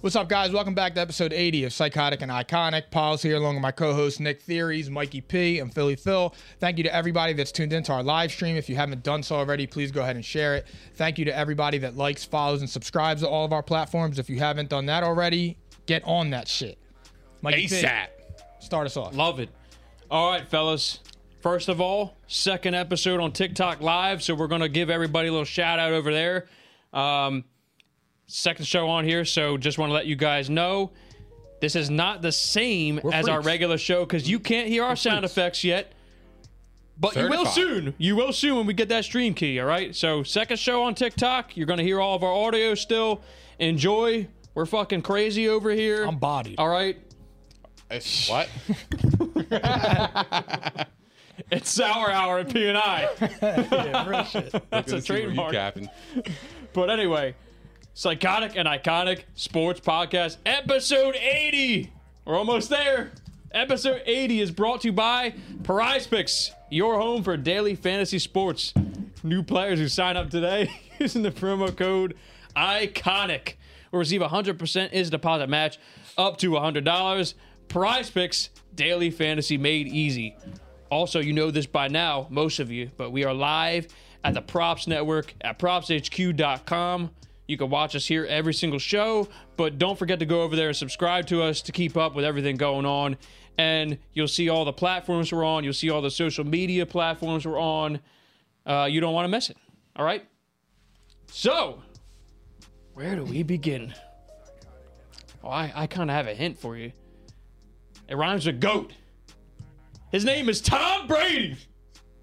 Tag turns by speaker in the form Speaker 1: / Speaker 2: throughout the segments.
Speaker 1: What's up, guys? Welcome back to episode 80 of Psychotic and Iconic. Paul's here along with my co host Nick Theories, Mikey P, and Philly Phil. Thank you to everybody that's tuned into our live stream. If you haven't done so already, please go ahead and share it. Thank you to everybody that likes, follows, and subscribes to all of our platforms. If you haven't done that already, get on that shit. Mikey
Speaker 2: ASAP.
Speaker 1: P, start us off.
Speaker 2: Love it. All right, fellas. First of all, second episode on TikTok Live, so we're gonna give everybody a little shout out over there. Um, second show on here, so just want to let you guys know this is not the same as our
Speaker 1: freaks.
Speaker 2: regular show because you can't hear our sound effects yet. But you will
Speaker 1: Certified.
Speaker 2: soon. You will soon when we get that stream key. All right. So second show on TikTok, you're gonna hear all of our audio still. Enjoy. We're fucking crazy over here.
Speaker 1: I'm bodied.
Speaker 2: All right.
Speaker 3: It's- what?
Speaker 2: It's Sour Hour at P and I. That's a
Speaker 3: Good to see where You
Speaker 2: trademark.
Speaker 3: capping.
Speaker 2: But anyway, Psychotic and Iconic Sports Podcast, episode 80. We're almost there. Episode 80 is brought to you by Prize Picks, your home for daily fantasy sports. New players who sign up today using the promo code ICONIC will receive 100% is deposit match up to $100. Prize Picks, daily fantasy made easy. Also, you know this by now, most of you, but we are live at the Props Network at propshq.com. You can watch us here every single show, but don't forget to go over there and subscribe to us to keep up with everything going on. And you'll see all the platforms we're on, you'll see all the social media platforms we're on. Uh, you don't want to miss it. All right? So, where do we begin? Oh, I, I kind of have a hint for you. It rhymes with goat. His name is Tom Brady.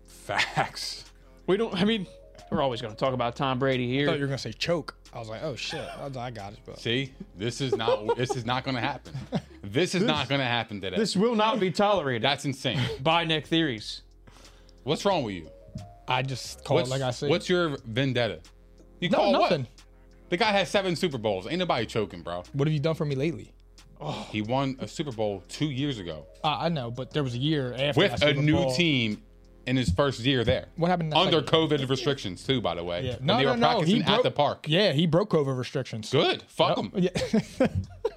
Speaker 3: Facts.
Speaker 2: We don't. I mean, we're always going to talk about Tom Brady
Speaker 1: I thought you
Speaker 2: here.
Speaker 1: were going to say choke. I was like, oh shit. I was like, I got it, bro.
Speaker 3: See, this is not this is not going to happen. This is not going to happen today.
Speaker 2: This will not be tolerated
Speaker 3: That's insane.
Speaker 2: by Nick Theories.
Speaker 3: What's wrong with you?
Speaker 1: I just called
Speaker 3: What's,
Speaker 1: like I said.
Speaker 3: what's your vendetta? You
Speaker 1: no,
Speaker 3: call
Speaker 1: nothing.
Speaker 3: what? The guy has seven Super Bowls. Ain't nobody choking, bro.
Speaker 1: What have you done for me lately?
Speaker 3: He won a Super Bowl two years ago
Speaker 1: Uh, I know, but there was a year after that
Speaker 3: with a
Speaker 1: Super
Speaker 3: new
Speaker 1: Bowl.
Speaker 3: team in his first year there.
Speaker 1: What happened in that
Speaker 3: Under
Speaker 1: second-
Speaker 3: COVID restrictions too, by the way.
Speaker 1: Yeah.
Speaker 3: When they were practicing at the park.
Speaker 1: Yeah, he broke COVID restrictions.
Speaker 3: Good. Fuck him.
Speaker 1: Yeah.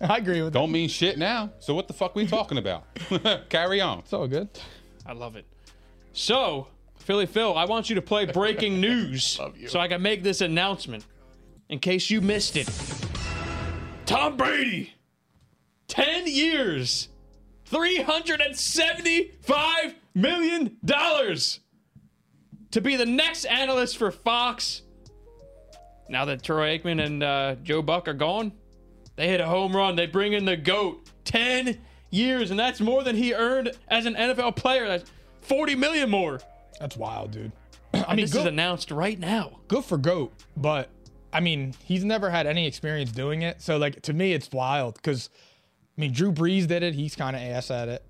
Speaker 1: I agree with that.
Speaker 3: Don't mean shit now. So what the fuck we talking about? Carry on.
Speaker 1: It's all good.
Speaker 2: I love it. So, Philly Phil, I want you to play breaking news so I can make this announcement in case you missed it. Tom Brady, 10 years, $375 million to be the next analyst for Fox. Now that Troy Aikman and uh, Joe Buck are gone, they hit a home run. They bring in the GOAT. 10 years, and that's more than he earned as an NFL player. That's 40 million more.
Speaker 1: That's wild, dude. I
Speaker 2: And
Speaker 1: mean,
Speaker 2: this is
Speaker 1: good,
Speaker 2: announced right now.
Speaker 1: good for Goat, but I mean, he's never had any experience doing it. So, like, to me, it's wild because, I mean, Drew Brees did it. He's kind of ass at it.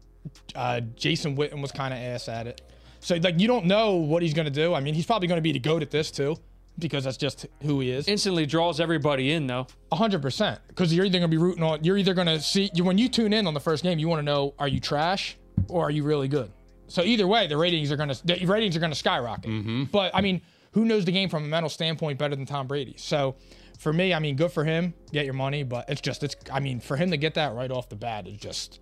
Speaker 1: Uh, Jason Witten was kind of ass at it. So, like, you don't know what he's going to do. I mean, he's probably going to be the Goat at this, too, because that's just who he is.
Speaker 2: Instantly draws everybody in, though.
Speaker 1: hundred percent. Because you're either gonna be rooting on. You're either gonna see you, when you tune in on the first game. You want to know: Are you trash or are you really good? So either way, the ratings are gonna the ratings are gonna skyrocket. But I mean, who knows the game from a mental standpoint better than Tom Brady? So for me, I mean, good for him, get your money, but it's just it's I mean, for him to get that right off the bat is just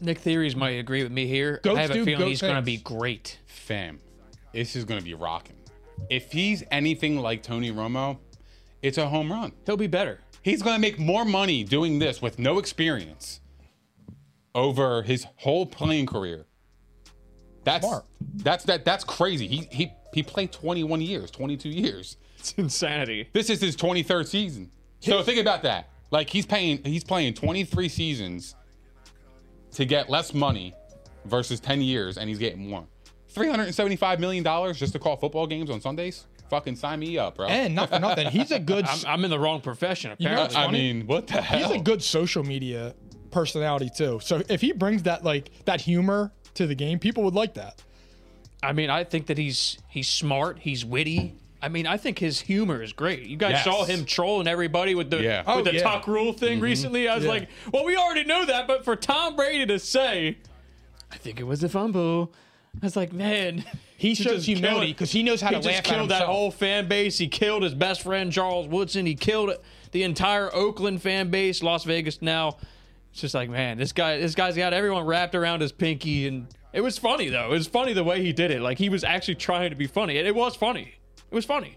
Speaker 2: Nick Theories might agree with me here.
Speaker 1: Goats
Speaker 2: I have
Speaker 1: do
Speaker 2: a feeling
Speaker 1: goat
Speaker 2: he's going to
Speaker 1: things.
Speaker 2: be great.
Speaker 3: Fam, this is going to be rocking. If he's anything like Tony Romo, it's a home run.
Speaker 2: He'll be better.
Speaker 3: He's going to make more money doing this with no experience over his whole playing career. That's
Speaker 1: Smart.
Speaker 3: that's that that's crazy. He he he played 21 years, 22 years.
Speaker 2: It's insanity.
Speaker 3: This is his 23rd season. So think about that. Like he's paying he's playing 23 seasons to get less money versus 10 years and he's getting more. 375 million dollars just to call football games on Sundays? Fucking sign me up, bro.
Speaker 1: and not for nothing. He's a good
Speaker 2: I'm, I'm in the wrong profession,
Speaker 1: You know
Speaker 2: apparently.
Speaker 3: I,
Speaker 1: what's
Speaker 3: I
Speaker 1: funny?
Speaker 3: mean, what the hell?
Speaker 1: he's a good social media personality too. So if he brings that like that humor to the game, people would like that.
Speaker 2: I mean, I think that he's he's smart, he's witty. I mean, I think his humor is great. You guys
Speaker 3: Yes.
Speaker 2: saw him trolling everybody with the
Speaker 3: Yeah.
Speaker 2: with
Speaker 3: Oh,
Speaker 2: the
Speaker 1: yeah.
Speaker 2: tuck rule thing recently. I was
Speaker 1: Yeah.
Speaker 2: like, well, we already know that, but for Tom Brady to say, I think it was a fumble. I was like, man,
Speaker 1: He shows
Speaker 2: just killed
Speaker 1: humility
Speaker 2: it.
Speaker 1: because he knows how
Speaker 2: he
Speaker 1: to
Speaker 2: just
Speaker 1: laugh at
Speaker 2: killed that
Speaker 1: himself.
Speaker 2: whole fan base. He killed his best friend Charles Woodson. He killed the entire Oakland fan base, Las Vegas now. It's just like, man, this guy this guy's got everyone wrapped around his pinky and it was funny though. It was funny the way he did it. Like he was actually trying to be funny. And it was funny. It was funny.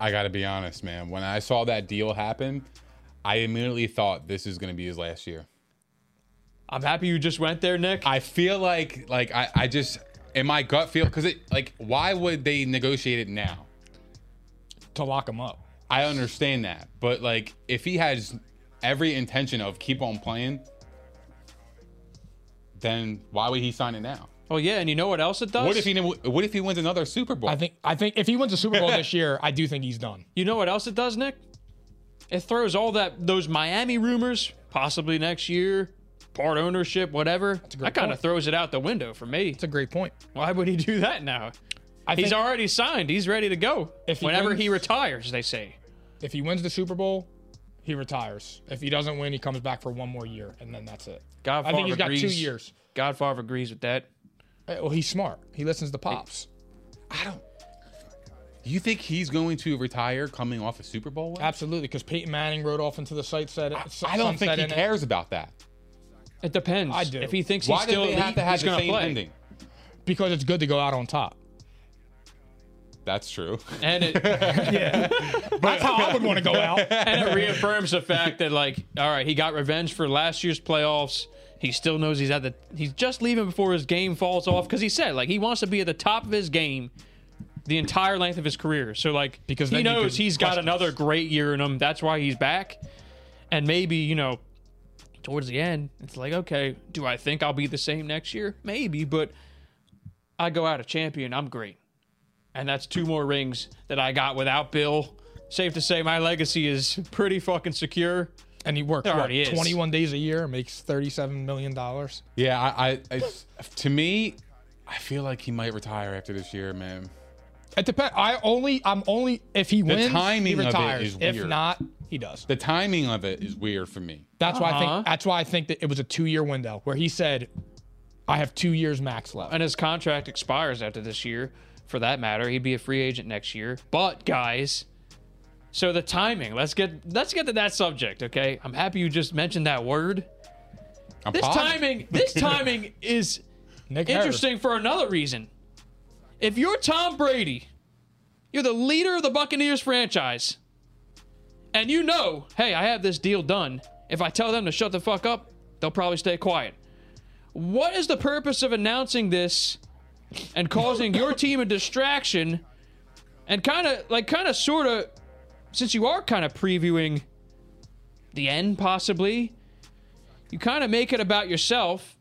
Speaker 3: I gotta be honest, man. When I saw that deal happen, I immediately thought this is gonna be his last year.
Speaker 2: I'm happy you just went there, Nick.
Speaker 3: I feel like like I, I just in my gut feel because it like why would they negotiate it now?
Speaker 1: to lock him up.
Speaker 3: I understand that, but like if he has every intention of keep on playing, then why would he sign it now?
Speaker 2: oh yeah, and you know what else it does?
Speaker 3: What if he what if he wins another Super Bowl?
Speaker 1: I think I think if he wins a Super Bowl this year, I do think he's done.
Speaker 2: You know what else it does, Nick? It throws all that those Miami rumors, possibly next year, part ownership, whatever. That kind of
Speaker 1: point.
Speaker 2: throws it out the window for me.
Speaker 1: It's a great point.
Speaker 2: Why would he do that now?
Speaker 1: I
Speaker 2: He's
Speaker 1: think
Speaker 2: already signed. He's ready to go.
Speaker 1: If he
Speaker 2: Whenever
Speaker 1: wins-
Speaker 2: he retires, they say.
Speaker 1: if he wins the Super Bowl, he retires. If he doesn't win, he comes back for one more year, and then that's it.
Speaker 2: God,
Speaker 1: I think he's got
Speaker 2: agrees.
Speaker 1: two years.
Speaker 2: Godfather agrees with that.
Speaker 1: Eh, Well, he's smart. He listens to pops.
Speaker 3: I don't. You think he's going to retire coming off a Super Bowl? win?
Speaker 1: Absolutely, because Peyton Manning rode off into the site. Said
Speaker 3: I, I don't think he
Speaker 1: cares.
Speaker 3: cares about that.
Speaker 2: It depends.
Speaker 1: I do.
Speaker 2: If he thinks
Speaker 3: Why
Speaker 2: he's
Speaker 3: do
Speaker 2: still
Speaker 3: they have
Speaker 2: elite,
Speaker 3: to have
Speaker 2: he's
Speaker 3: the
Speaker 2: going to
Speaker 3: same
Speaker 2: play.
Speaker 3: ending?
Speaker 1: because it's good to go out on top.
Speaker 3: That's true.
Speaker 2: And it,
Speaker 1: That's how I would want to go out.
Speaker 2: and it reaffirms the fact that like, all right, he got revenge for last year's playoffs. He still knows he's at the. He's just leaving before his game falls off because he said like he wants to be at the top of his game the entire length of his career. So like
Speaker 1: Because
Speaker 2: he
Speaker 1: then you
Speaker 2: knows
Speaker 1: can
Speaker 2: he's got
Speaker 1: question
Speaker 2: another great year in him. That's why he's back. And maybe you know, towards the end, it's like okay, do I think I'll be the same next year? Maybe, but I go out a champion. I'm great, and that's two more rings that I got without Bill. Safe to say, my legacy is pretty fucking secure.
Speaker 1: And he works
Speaker 2: There
Speaker 1: what,
Speaker 2: already is.
Speaker 1: 21 days a year, makes 37 million dollars.
Speaker 3: Yeah, I, I, it's to me, I feel like he might retire after this year, man.
Speaker 1: It depends. I only, I'm only if he wins,
Speaker 3: timing
Speaker 1: he
Speaker 3: of it
Speaker 1: retires.
Speaker 3: is
Speaker 1: If
Speaker 3: weird.
Speaker 1: not, he does.
Speaker 3: The timing of it is weird for me.
Speaker 1: That's why I
Speaker 2: Uh-huh.
Speaker 1: think. That's why I think that it was a two-year window where he said, "I have two years max left."
Speaker 2: and his contract expires after this year for that matter he'd be a free agent next year but guys so the timing let's get let's get to that subject okay i'm happy you just mentioned that word
Speaker 3: I'm
Speaker 2: this
Speaker 3: positive.
Speaker 2: timing this timing is
Speaker 1: Nick Harris.
Speaker 2: interesting for another reason if you're tom brady you're the leader of the buccaneers franchise and you know hey i have this deal done if i tell them to shut the fuck up they'll probably stay quiet what is the purpose of announcing this and causing your team a distraction and kind of like kind of sort of since you are kind of previewing the end possibly you kind of make it about yourself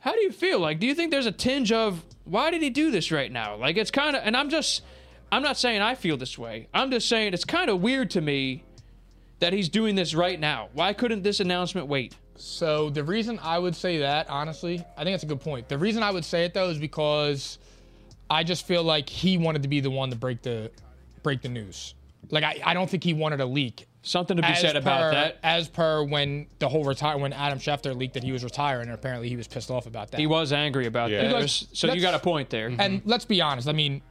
Speaker 2: how do you feel like do you think there's a tinge of why did he do this right now like it's kind of and i'm just i'm not saying i feel this way i'm just saying it's kind of weird to me that he's doing this right now why couldn't this announcement wait
Speaker 1: So the reason I would say that, honestly, I think that's a good point. The reason I would say it though is because I just feel like he wanted to be the one to break the break the news. Like I, I don't think he wanted a leak.
Speaker 2: something to be said about
Speaker 1: per-
Speaker 2: that
Speaker 1: As per when the whole retire when Adam Schefter leaked that he was retiring, and apparently he was pissed off about that.
Speaker 2: He was angry about that.
Speaker 1: Because
Speaker 2: So you
Speaker 1: that's-
Speaker 2: got a point there.
Speaker 1: And let's be honest. I mean,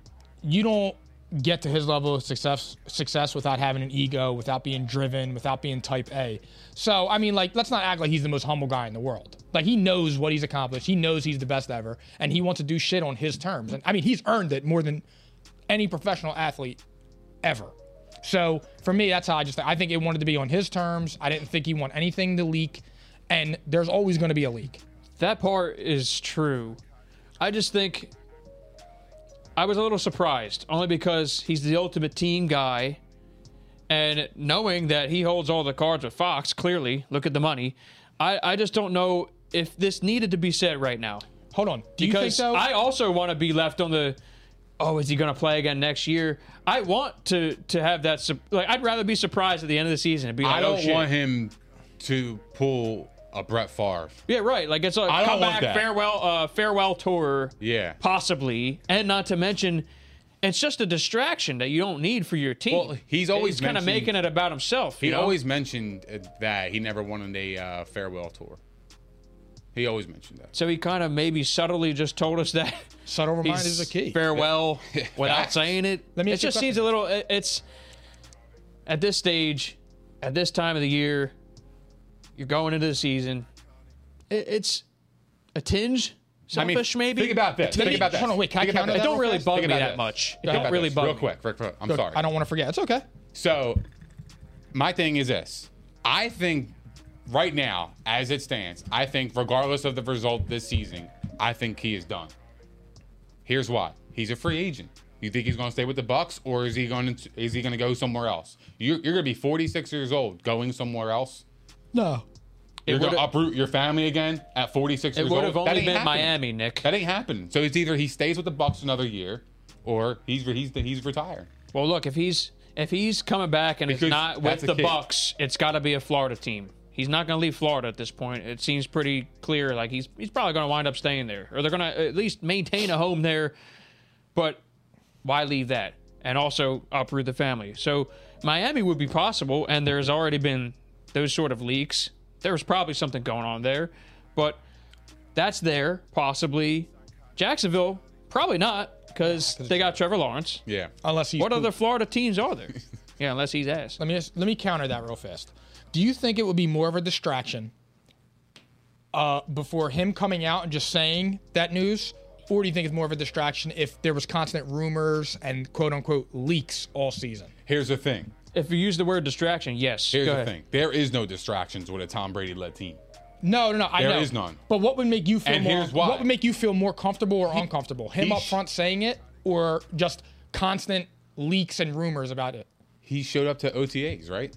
Speaker 1: you don't get to his level of success success without having an ego, without being driven, without being type A. So I mean, like, let's not act like he's the most humble guy in the world. Like he knows what he's accomplished. He knows he's the best ever, and he wants to do shit on his terms. And I mean, he's earned it more than any professional athlete ever. So for me, that's how I just I think it wanted to be on his terms. I didn't think he wanted anything to leak, and there's always going to be a leak.
Speaker 2: That part is true. I just think I was a little surprised, only because he's the ultimate team guy. And knowing that he holds all the cards with Fox, clearly, look at the money. I, I just don't know if this needed to be said right now.
Speaker 1: Hold on, do you think
Speaker 2: Because
Speaker 1: so?
Speaker 2: I also want to be left on the, oh, is he going to play again next year? I want to to have that. sup- Like, I'd rather be surprised at the end of the season and be like,
Speaker 3: I
Speaker 2: oh,
Speaker 3: don't
Speaker 2: shit.
Speaker 3: want him to pull a Brett Favre.
Speaker 2: Yeah, right. Like it's a
Speaker 3: I don't want
Speaker 2: comeback
Speaker 3: that.
Speaker 2: farewell uh farewell tour.
Speaker 3: Yeah.
Speaker 2: Possibly. And not to mention it's just a distraction that you don't need for your team.
Speaker 3: Well, he's always
Speaker 2: kind of
Speaker 3: mentioned-
Speaker 2: making it about himself.
Speaker 3: He
Speaker 2: you know?
Speaker 3: always mentioned uh, that he never wanted a uh, farewell tour. He always mentioned that.
Speaker 2: so he kind of maybe subtly just told us that
Speaker 1: Subtle reminders
Speaker 2: he's
Speaker 1: is a key.
Speaker 2: farewell without
Speaker 3: Facts.
Speaker 2: saying it.
Speaker 1: Let me
Speaker 2: it
Speaker 1: ask you a
Speaker 2: just seems a
Speaker 1: question.
Speaker 2: little. it- It's at this stage, at this time of the year, you're going into the season. It, it's a tinge selfish, maybe.
Speaker 3: Think about this.
Speaker 1: Let
Speaker 3: Think
Speaker 1: me-
Speaker 3: about this.
Speaker 1: hold on, wait, can I
Speaker 3: Think about
Speaker 1: counter
Speaker 3: this.
Speaker 1: that
Speaker 2: It don't
Speaker 1: real
Speaker 2: really
Speaker 1: fast?
Speaker 2: bug
Speaker 3: Think
Speaker 2: me
Speaker 3: about
Speaker 2: that
Speaker 3: this.
Speaker 2: much. It
Speaker 3: Think
Speaker 2: don't
Speaker 3: about
Speaker 2: really
Speaker 3: this.
Speaker 2: bug
Speaker 3: Real
Speaker 2: me.
Speaker 3: quick, quick, quick. I'm
Speaker 1: Good.
Speaker 3: sorry.
Speaker 1: I don't want to forget. It's okay.
Speaker 3: So, my thing is this. I think right now, as it stands, I think regardless of the result this season, I think he is done. Here's why. He's a free agent. You think he's going to stay with the Bucks or is he going to is he going to go somewhere else? You're, you're going to be 46 years old going somewhere else.
Speaker 1: No.
Speaker 3: You're going to
Speaker 2: would've-
Speaker 3: uproot your family again at 46
Speaker 2: It
Speaker 3: years
Speaker 2: would
Speaker 3: old.
Speaker 2: have
Speaker 3: That
Speaker 2: only
Speaker 3: ain't
Speaker 2: been
Speaker 3: happening.
Speaker 2: Miami, Nick.
Speaker 3: That ain't happening. So it's either he stays with the Bucks another year or he's he's he's retired.
Speaker 2: Well, look, if he's if he's coming back and it's
Speaker 3: Because
Speaker 2: not with
Speaker 3: that's a
Speaker 2: the
Speaker 3: kid.
Speaker 2: Bucks, it's got to be a Florida team. He's not going to leave Florida at this point. It seems pretty clear. Like he's he's probably going to wind up staying there, or they're going to at least maintain a home there. But why leave that and also uproot the family? So Miami would be possible, and there's already been those sort of leaks. There was probably something going on there, but that's there possibly. Jacksonville probably not because they got Trevor Lawrence.
Speaker 3: Yeah.
Speaker 1: Unless he's
Speaker 2: What
Speaker 1: poop.
Speaker 2: other Florida teams are there? yeah, unless he's ass.
Speaker 1: Let me just, let me counter that real fast. Do you think it would be more of a distraction uh, before him coming out and just saying that news, or do you think it's more of a distraction if there was constant rumors and quote unquote leaks all season?
Speaker 3: Here's the thing.
Speaker 2: If you use the word distraction, yes.
Speaker 3: Here's
Speaker 2: Go
Speaker 3: the
Speaker 2: ahead.
Speaker 3: thing. There is no distractions with a Tom Brady led team.
Speaker 1: No, no, no. I
Speaker 3: There
Speaker 1: know.
Speaker 3: is none.
Speaker 1: But what would make you feel
Speaker 3: And
Speaker 1: more?
Speaker 3: here's why.
Speaker 1: What would make you feel more comfortable or uncomfortable? Him
Speaker 3: he
Speaker 1: up
Speaker 3: sh-
Speaker 1: front saying it, or just constant leaks and rumors about it?
Speaker 3: He showed up to OTAs, right?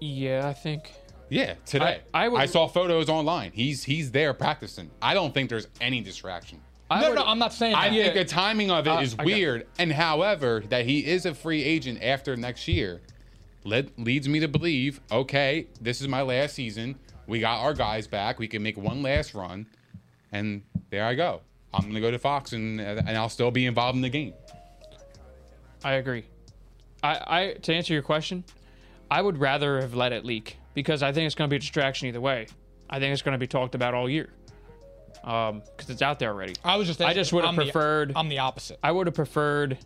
Speaker 2: Yeah, I think.
Speaker 3: Yeah, today.
Speaker 2: I- I
Speaker 3: I,
Speaker 2: would-
Speaker 3: saw photos online. He's he's there practicing. I don't think there's any distraction.
Speaker 2: I
Speaker 1: no,
Speaker 2: would-
Speaker 1: no, I'm not saying.
Speaker 3: I
Speaker 1: that.
Speaker 3: think the timing of it is
Speaker 2: Uh, I got-
Speaker 3: weird. And however, that he is a free agent after next year led, leads me to believe okay, this is my last season. We got our guys back. We can make one last run. And there I go. I'm going to go to Fox and, and I'll still be involved in the game.
Speaker 2: I agree. I, I to answer your question, I would rather have let it leak because I think it's going to be a distraction either way. I think it's going to be talked about all year because it's out there already.
Speaker 1: I was just.
Speaker 2: I
Speaker 1: asking-
Speaker 2: just would have
Speaker 1: I'm the-
Speaker 2: preferred.
Speaker 1: I'm the opposite.
Speaker 2: I would have preferred.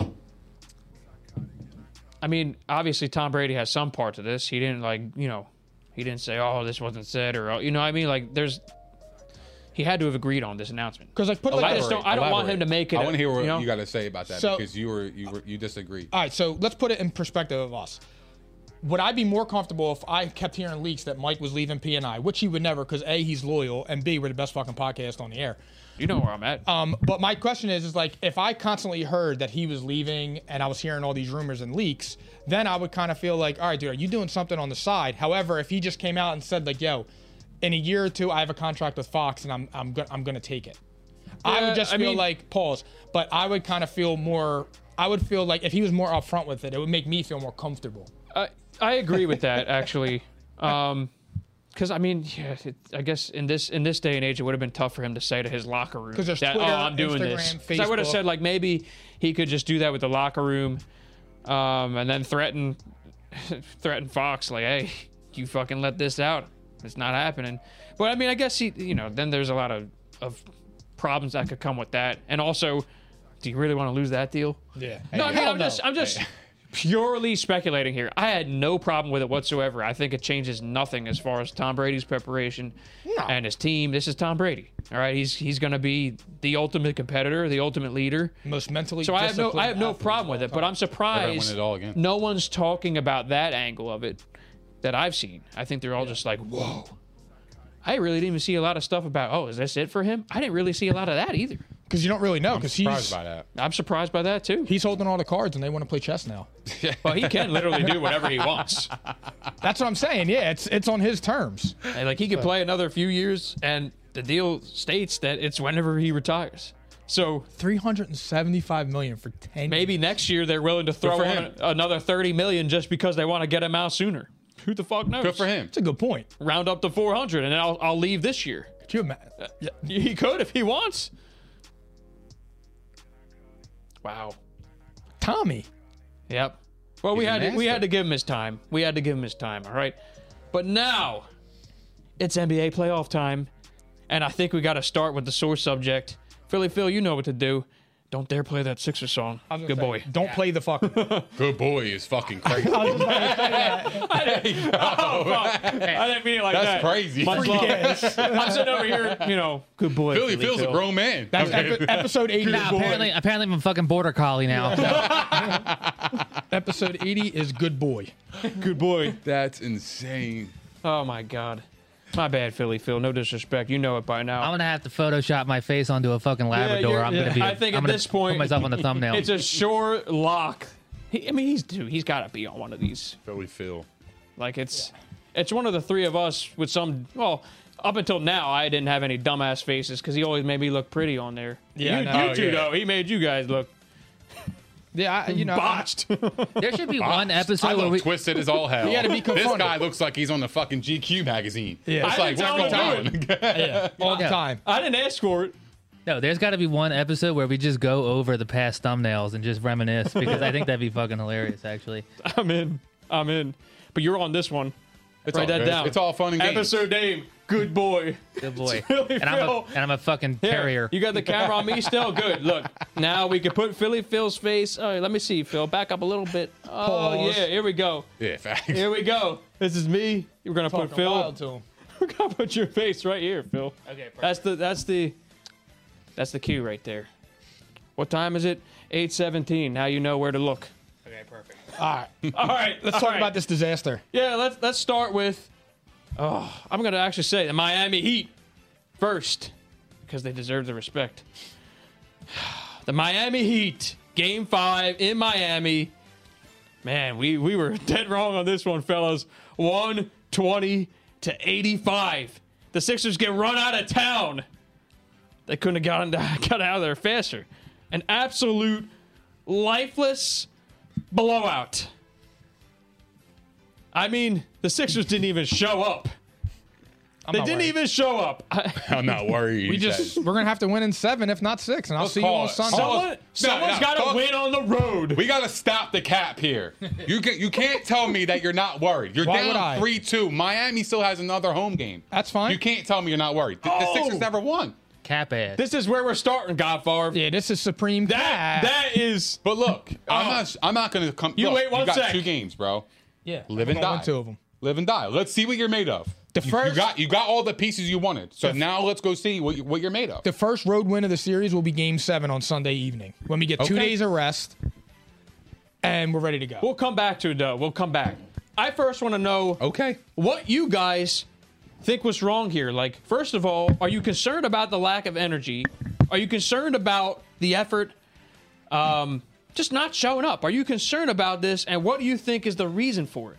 Speaker 2: I mean, obviously Tom Brady has some part to this. He didn't like, you know, he didn't say, "Oh, this wasn't said," or oh, you know, what I mean, like, there's. He had to have agreed on this announcement.
Speaker 1: 'Cause, like, put it like
Speaker 2: I
Speaker 1: this.
Speaker 2: just don't. I don't want him to make it.
Speaker 3: I
Speaker 2: a-
Speaker 3: want to hear what
Speaker 2: you,
Speaker 3: you,
Speaker 2: know? Uh,
Speaker 3: got to say about that
Speaker 1: So-
Speaker 3: because you were you were you disagreed.
Speaker 1: All right, so let's put it in perspective of us. Would I be more comfortable if I kept hearing leaks that Mike was leaving PNI, which he would never, because A, he's loyal, and B, we're the best fucking podcast on the air.
Speaker 2: You know where I'm at.
Speaker 1: Um, but my question is, is like, if I constantly heard that he was leaving and I was hearing all these rumors and leaks, then I would kind of feel like, all right, dude, are you doing something on the side? However, if he just came out and said like, yo, in a year or two, I have a contract with Fox and I'm I'm gonna I'm gonna take it. I
Speaker 2: Yeah,
Speaker 1: would just
Speaker 2: Uh, I
Speaker 1: feel
Speaker 2: mean-
Speaker 1: like pause, but I would kind of feel more. I would feel like if he was more upfront with it, it would make me feel more comfortable.
Speaker 2: I I agree with that actually, um, because I mean, yeah, it, I guess in this in this day and age, it would have been tough for him to say to his locker room
Speaker 1: 'Cause there's
Speaker 2: that
Speaker 1: Twitter,
Speaker 2: oh I'm doing this.
Speaker 1: Instagram,
Speaker 2: 'Cause I would have
Speaker 1: Facebook.
Speaker 2: said like maybe he could just do that with the locker room, um, and then threaten threaten Fox like hey you fucking let this out it's not happening. But I mean I guess he you know then there's a lot of of problems that could come with that, and also do you really want to lose that deal?
Speaker 1: Yeah.
Speaker 2: No, I
Speaker 1: Hey,
Speaker 2: mean,
Speaker 1: hell
Speaker 2: I'm just, I'm just purely speculating here. I had no problem with it whatsoever. I think it changes nothing as far as Tom Brady's preparation and his team. This is Tom Brady. All right, he's he's going to be the ultimate competitor, the ultimate leader.
Speaker 1: most mentally.
Speaker 2: So I have no, I
Speaker 1: disciplined
Speaker 2: have no
Speaker 1: athlete.
Speaker 2: problem with it. But I'm surprised
Speaker 3: it all again.
Speaker 2: no one's talking about that angle of it that I've seen. I think they're all just like, whoa. I really didn't even see a lot of stuff about. Oh, is this it for him? I didn't really see a lot of that either.
Speaker 1: because you don't really know because he's
Speaker 3: Surprised by that.
Speaker 2: I'm surprised by that too.
Speaker 1: he's holding all the cards and they want to play chess now.
Speaker 2: Well, he can literally do whatever he wants.
Speaker 1: That's what I'm saying. Yeah, it's it's on his terms.
Speaker 2: And, like he could play another few years, and the deal states that it's whenever he retires. So
Speaker 1: 375 million for 10.
Speaker 2: maybe next year they're willing to throw
Speaker 3: for
Speaker 2: in
Speaker 3: him.
Speaker 2: another 30 million just because they want to get him out sooner. Who the fuck knows?
Speaker 3: Good for him.
Speaker 1: that's a good point.
Speaker 2: Round up to 400, and then I'll, I'll leave this year.
Speaker 1: Could you imagine?
Speaker 2: He could if he wants. Wow.
Speaker 1: Tommy,
Speaker 2: Yep. Well, we
Speaker 3: He's a
Speaker 2: had to, we
Speaker 3: master.
Speaker 2: had to give him his time. We had to give him his time. All right. But now it's NBA playoff time, and I think we got to start with the sore subject. Philly Phil, you know what to do. Don't dare play that Sixer song. Good boy.
Speaker 1: don't play the fucking.
Speaker 3: Good boy is fucking crazy.
Speaker 2: Oh, I didn't mean it like
Speaker 3: That's crazy.
Speaker 2: Much love. I'm sitting over here, you know. Good boy.
Speaker 3: Billy Phil's a grown man.
Speaker 1: That's epi- episode 80.
Speaker 4: Nah, apparently, apparently, I'm a fucking border collie now.
Speaker 1: episode 80 is good boy.
Speaker 3: good boy. That's insane.
Speaker 2: Oh my God. My bad, Philly Phil. No disrespect. You know it by now.
Speaker 4: I'm gonna have to Photoshop my face onto a fucking Labrador.
Speaker 2: you're-
Speaker 4: I'm gonna be.
Speaker 2: I think
Speaker 4: I'm
Speaker 2: at
Speaker 4: gonna
Speaker 2: this point-
Speaker 4: put myself on the thumbnail.
Speaker 2: It's a sure lock. He, I mean, he's dude. He's got to be on one of these.
Speaker 3: Billy Phil.
Speaker 2: Like it's it's one of the three of us with some well up until now I didn't have any dumbass faces because he always made me look pretty on there.
Speaker 1: Yeah,
Speaker 2: you,
Speaker 1: I know.
Speaker 2: you two
Speaker 1: Yeah.
Speaker 2: though he made you guys look
Speaker 1: Yeah, I, you know.
Speaker 2: botched.
Speaker 4: there should be one
Speaker 3: I
Speaker 4: episode where
Speaker 3: look
Speaker 4: we.
Speaker 3: twisted as all hell.
Speaker 1: You gotta be
Speaker 3: this
Speaker 1: confronted.
Speaker 3: guy looks like he's on the fucking GQ magazine.
Speaker 1: Yeah.
Speaker 3: it's
Speaker 1: I
Speaker 3: like
Speaker 2: didn't
Speaker 3: what's
Speaker 2: tell him
Speaker 3: going on?
Speaker 1: yeah, all the
Speaker 4: Yeah.
Speaker 1: time.
Speaker 2: I didn't ask for it.
Speaker 4: No, there's got to be one episode where we just go over the past thumbnails and just reminisce because I think that'd be fucking hilarious. Actually,
Speaker 2: I'm in. I'm in. But you're on this one.
Speaker 3: It's all
Speaker 2: Write that
Speaker 3: good.
Speaker 2: down.
Speaker 3: It's all fun and games.
Speaker 2: Episode name. Good boy.
Speaker 4: good boy.
Speaker 2: Philly
Speaker 4: and I'm a,
Speaker 2: Phil.
Speaker 4: and I'm a fucking
Speaker 2: Here,
Speaker 4: terrier.
Speaker 2: You got the camera on me still? Good. Look, now we can put Philly Phil's face. All right, let me see, Phil. Back up a little bit. Oh,
Speaker 1: Pause.
Speaker 2: yeah. Here we go.
Speaker 3: Yeah, facts.
Speaker 2: Here we go. This is me. We're going to put
Speaker 1: Fucking
Speaker 2: Phil.
Speaker 1: wild to him.
Speaker 2: We're going to put your face right here, Phil. Okay, perfect. That's the, that's the, that's the cue right there. What time is it? 8.17. Now you know where to look.
Speaker 1: All right,
Speaker 2: All right.
Speaker 1: let's talk about this disaster.
Speaker 2: Yeah, let's let's start with. Oh, I'm gonna actually say the Miami Heat first because they deserve the respect. The Miami Heat Game Five in Miami. Man, we we were dead wrong on this one, fellas. 120 to 85. The Sixers get run out of town. They couldn't have gotten got out of there faster. An absolute lifeless blowout. I mean, the Sixers didn't even show up. they
Speaker 1: not
Speaker 2: didn't
Speaker 1: worried.
Speaker 2: even show up. I-
Speaker 3: I'm not worried.
Speaker 1: We just we're gonna have to win in seven, if not six, and I'll
Speaker 3: Let's
Speaker 1: see you
Speaker 3: call
Speaker 1: on
Speaker 3: it.
Speaker 1: Sunday.
Speaker 3: Call it.
Speaker 2: someone,
Speaker 3: No, no,
Speaker 2: someone's got
Speaker 3: fuck-
Speaker 2: to win on the road.
Speaker 3: We gotta stop the cap here. You can you can't tell me that you're not worried. You're
Speaker 1: Why would I?
Speaker 3: down three two. Miami still has another home game.
Speaker 1: That's fine.
Speaker 3: You can't tell me you're not worried. The,
Speaker 2: Oh.
Speaker 3: the Sixers never won.
Speaker 4: Cap ad.
Speaker 2: This is where we're starting, Godfather.
Speaker 1: Yeah, this is supreme.
Speaker 2: That that is.
Speaker 3: But look, I'm
Speaker 2: Oh.
Speaker 3: not I'm not gonna come.
Speaker 2: You
Speaker 3: look,
Speaker 2: wait one
Speaker 3: You got
Speaker 2: sec.
Speaker 3: two games, bro.
Speaker 1: yeah,
Speaker 3: Live and
Speaker 1: We're gonna
Speaker 3: die.
Speaker 1: win two of them.
Speaker 3: Live and die. Let's see what you're made of.
Speaker 1: The
Speaker 3: You- you,
Speaker 1: first-
Speaker 3: got you got all the pieces you wanted. So now let's go see what, you, what you're made of.
Speaker 1: The first road win of the series will be Game Seven on Sunday evening when we get two
Speaker 3: Okay.
Speaker 1: days of rest, and we're ready to go.
Speaker 2: We'll come back to it though. We'll come back. I first want to know
Speaker 3: okay.
Speaker 2: what you guys think was wrong here. Like, first of all, are you concerned about the lack of energy? Are you concerned about the effort? Um, just not showing up. Are you concerned about this? And what do you think is the reason for it?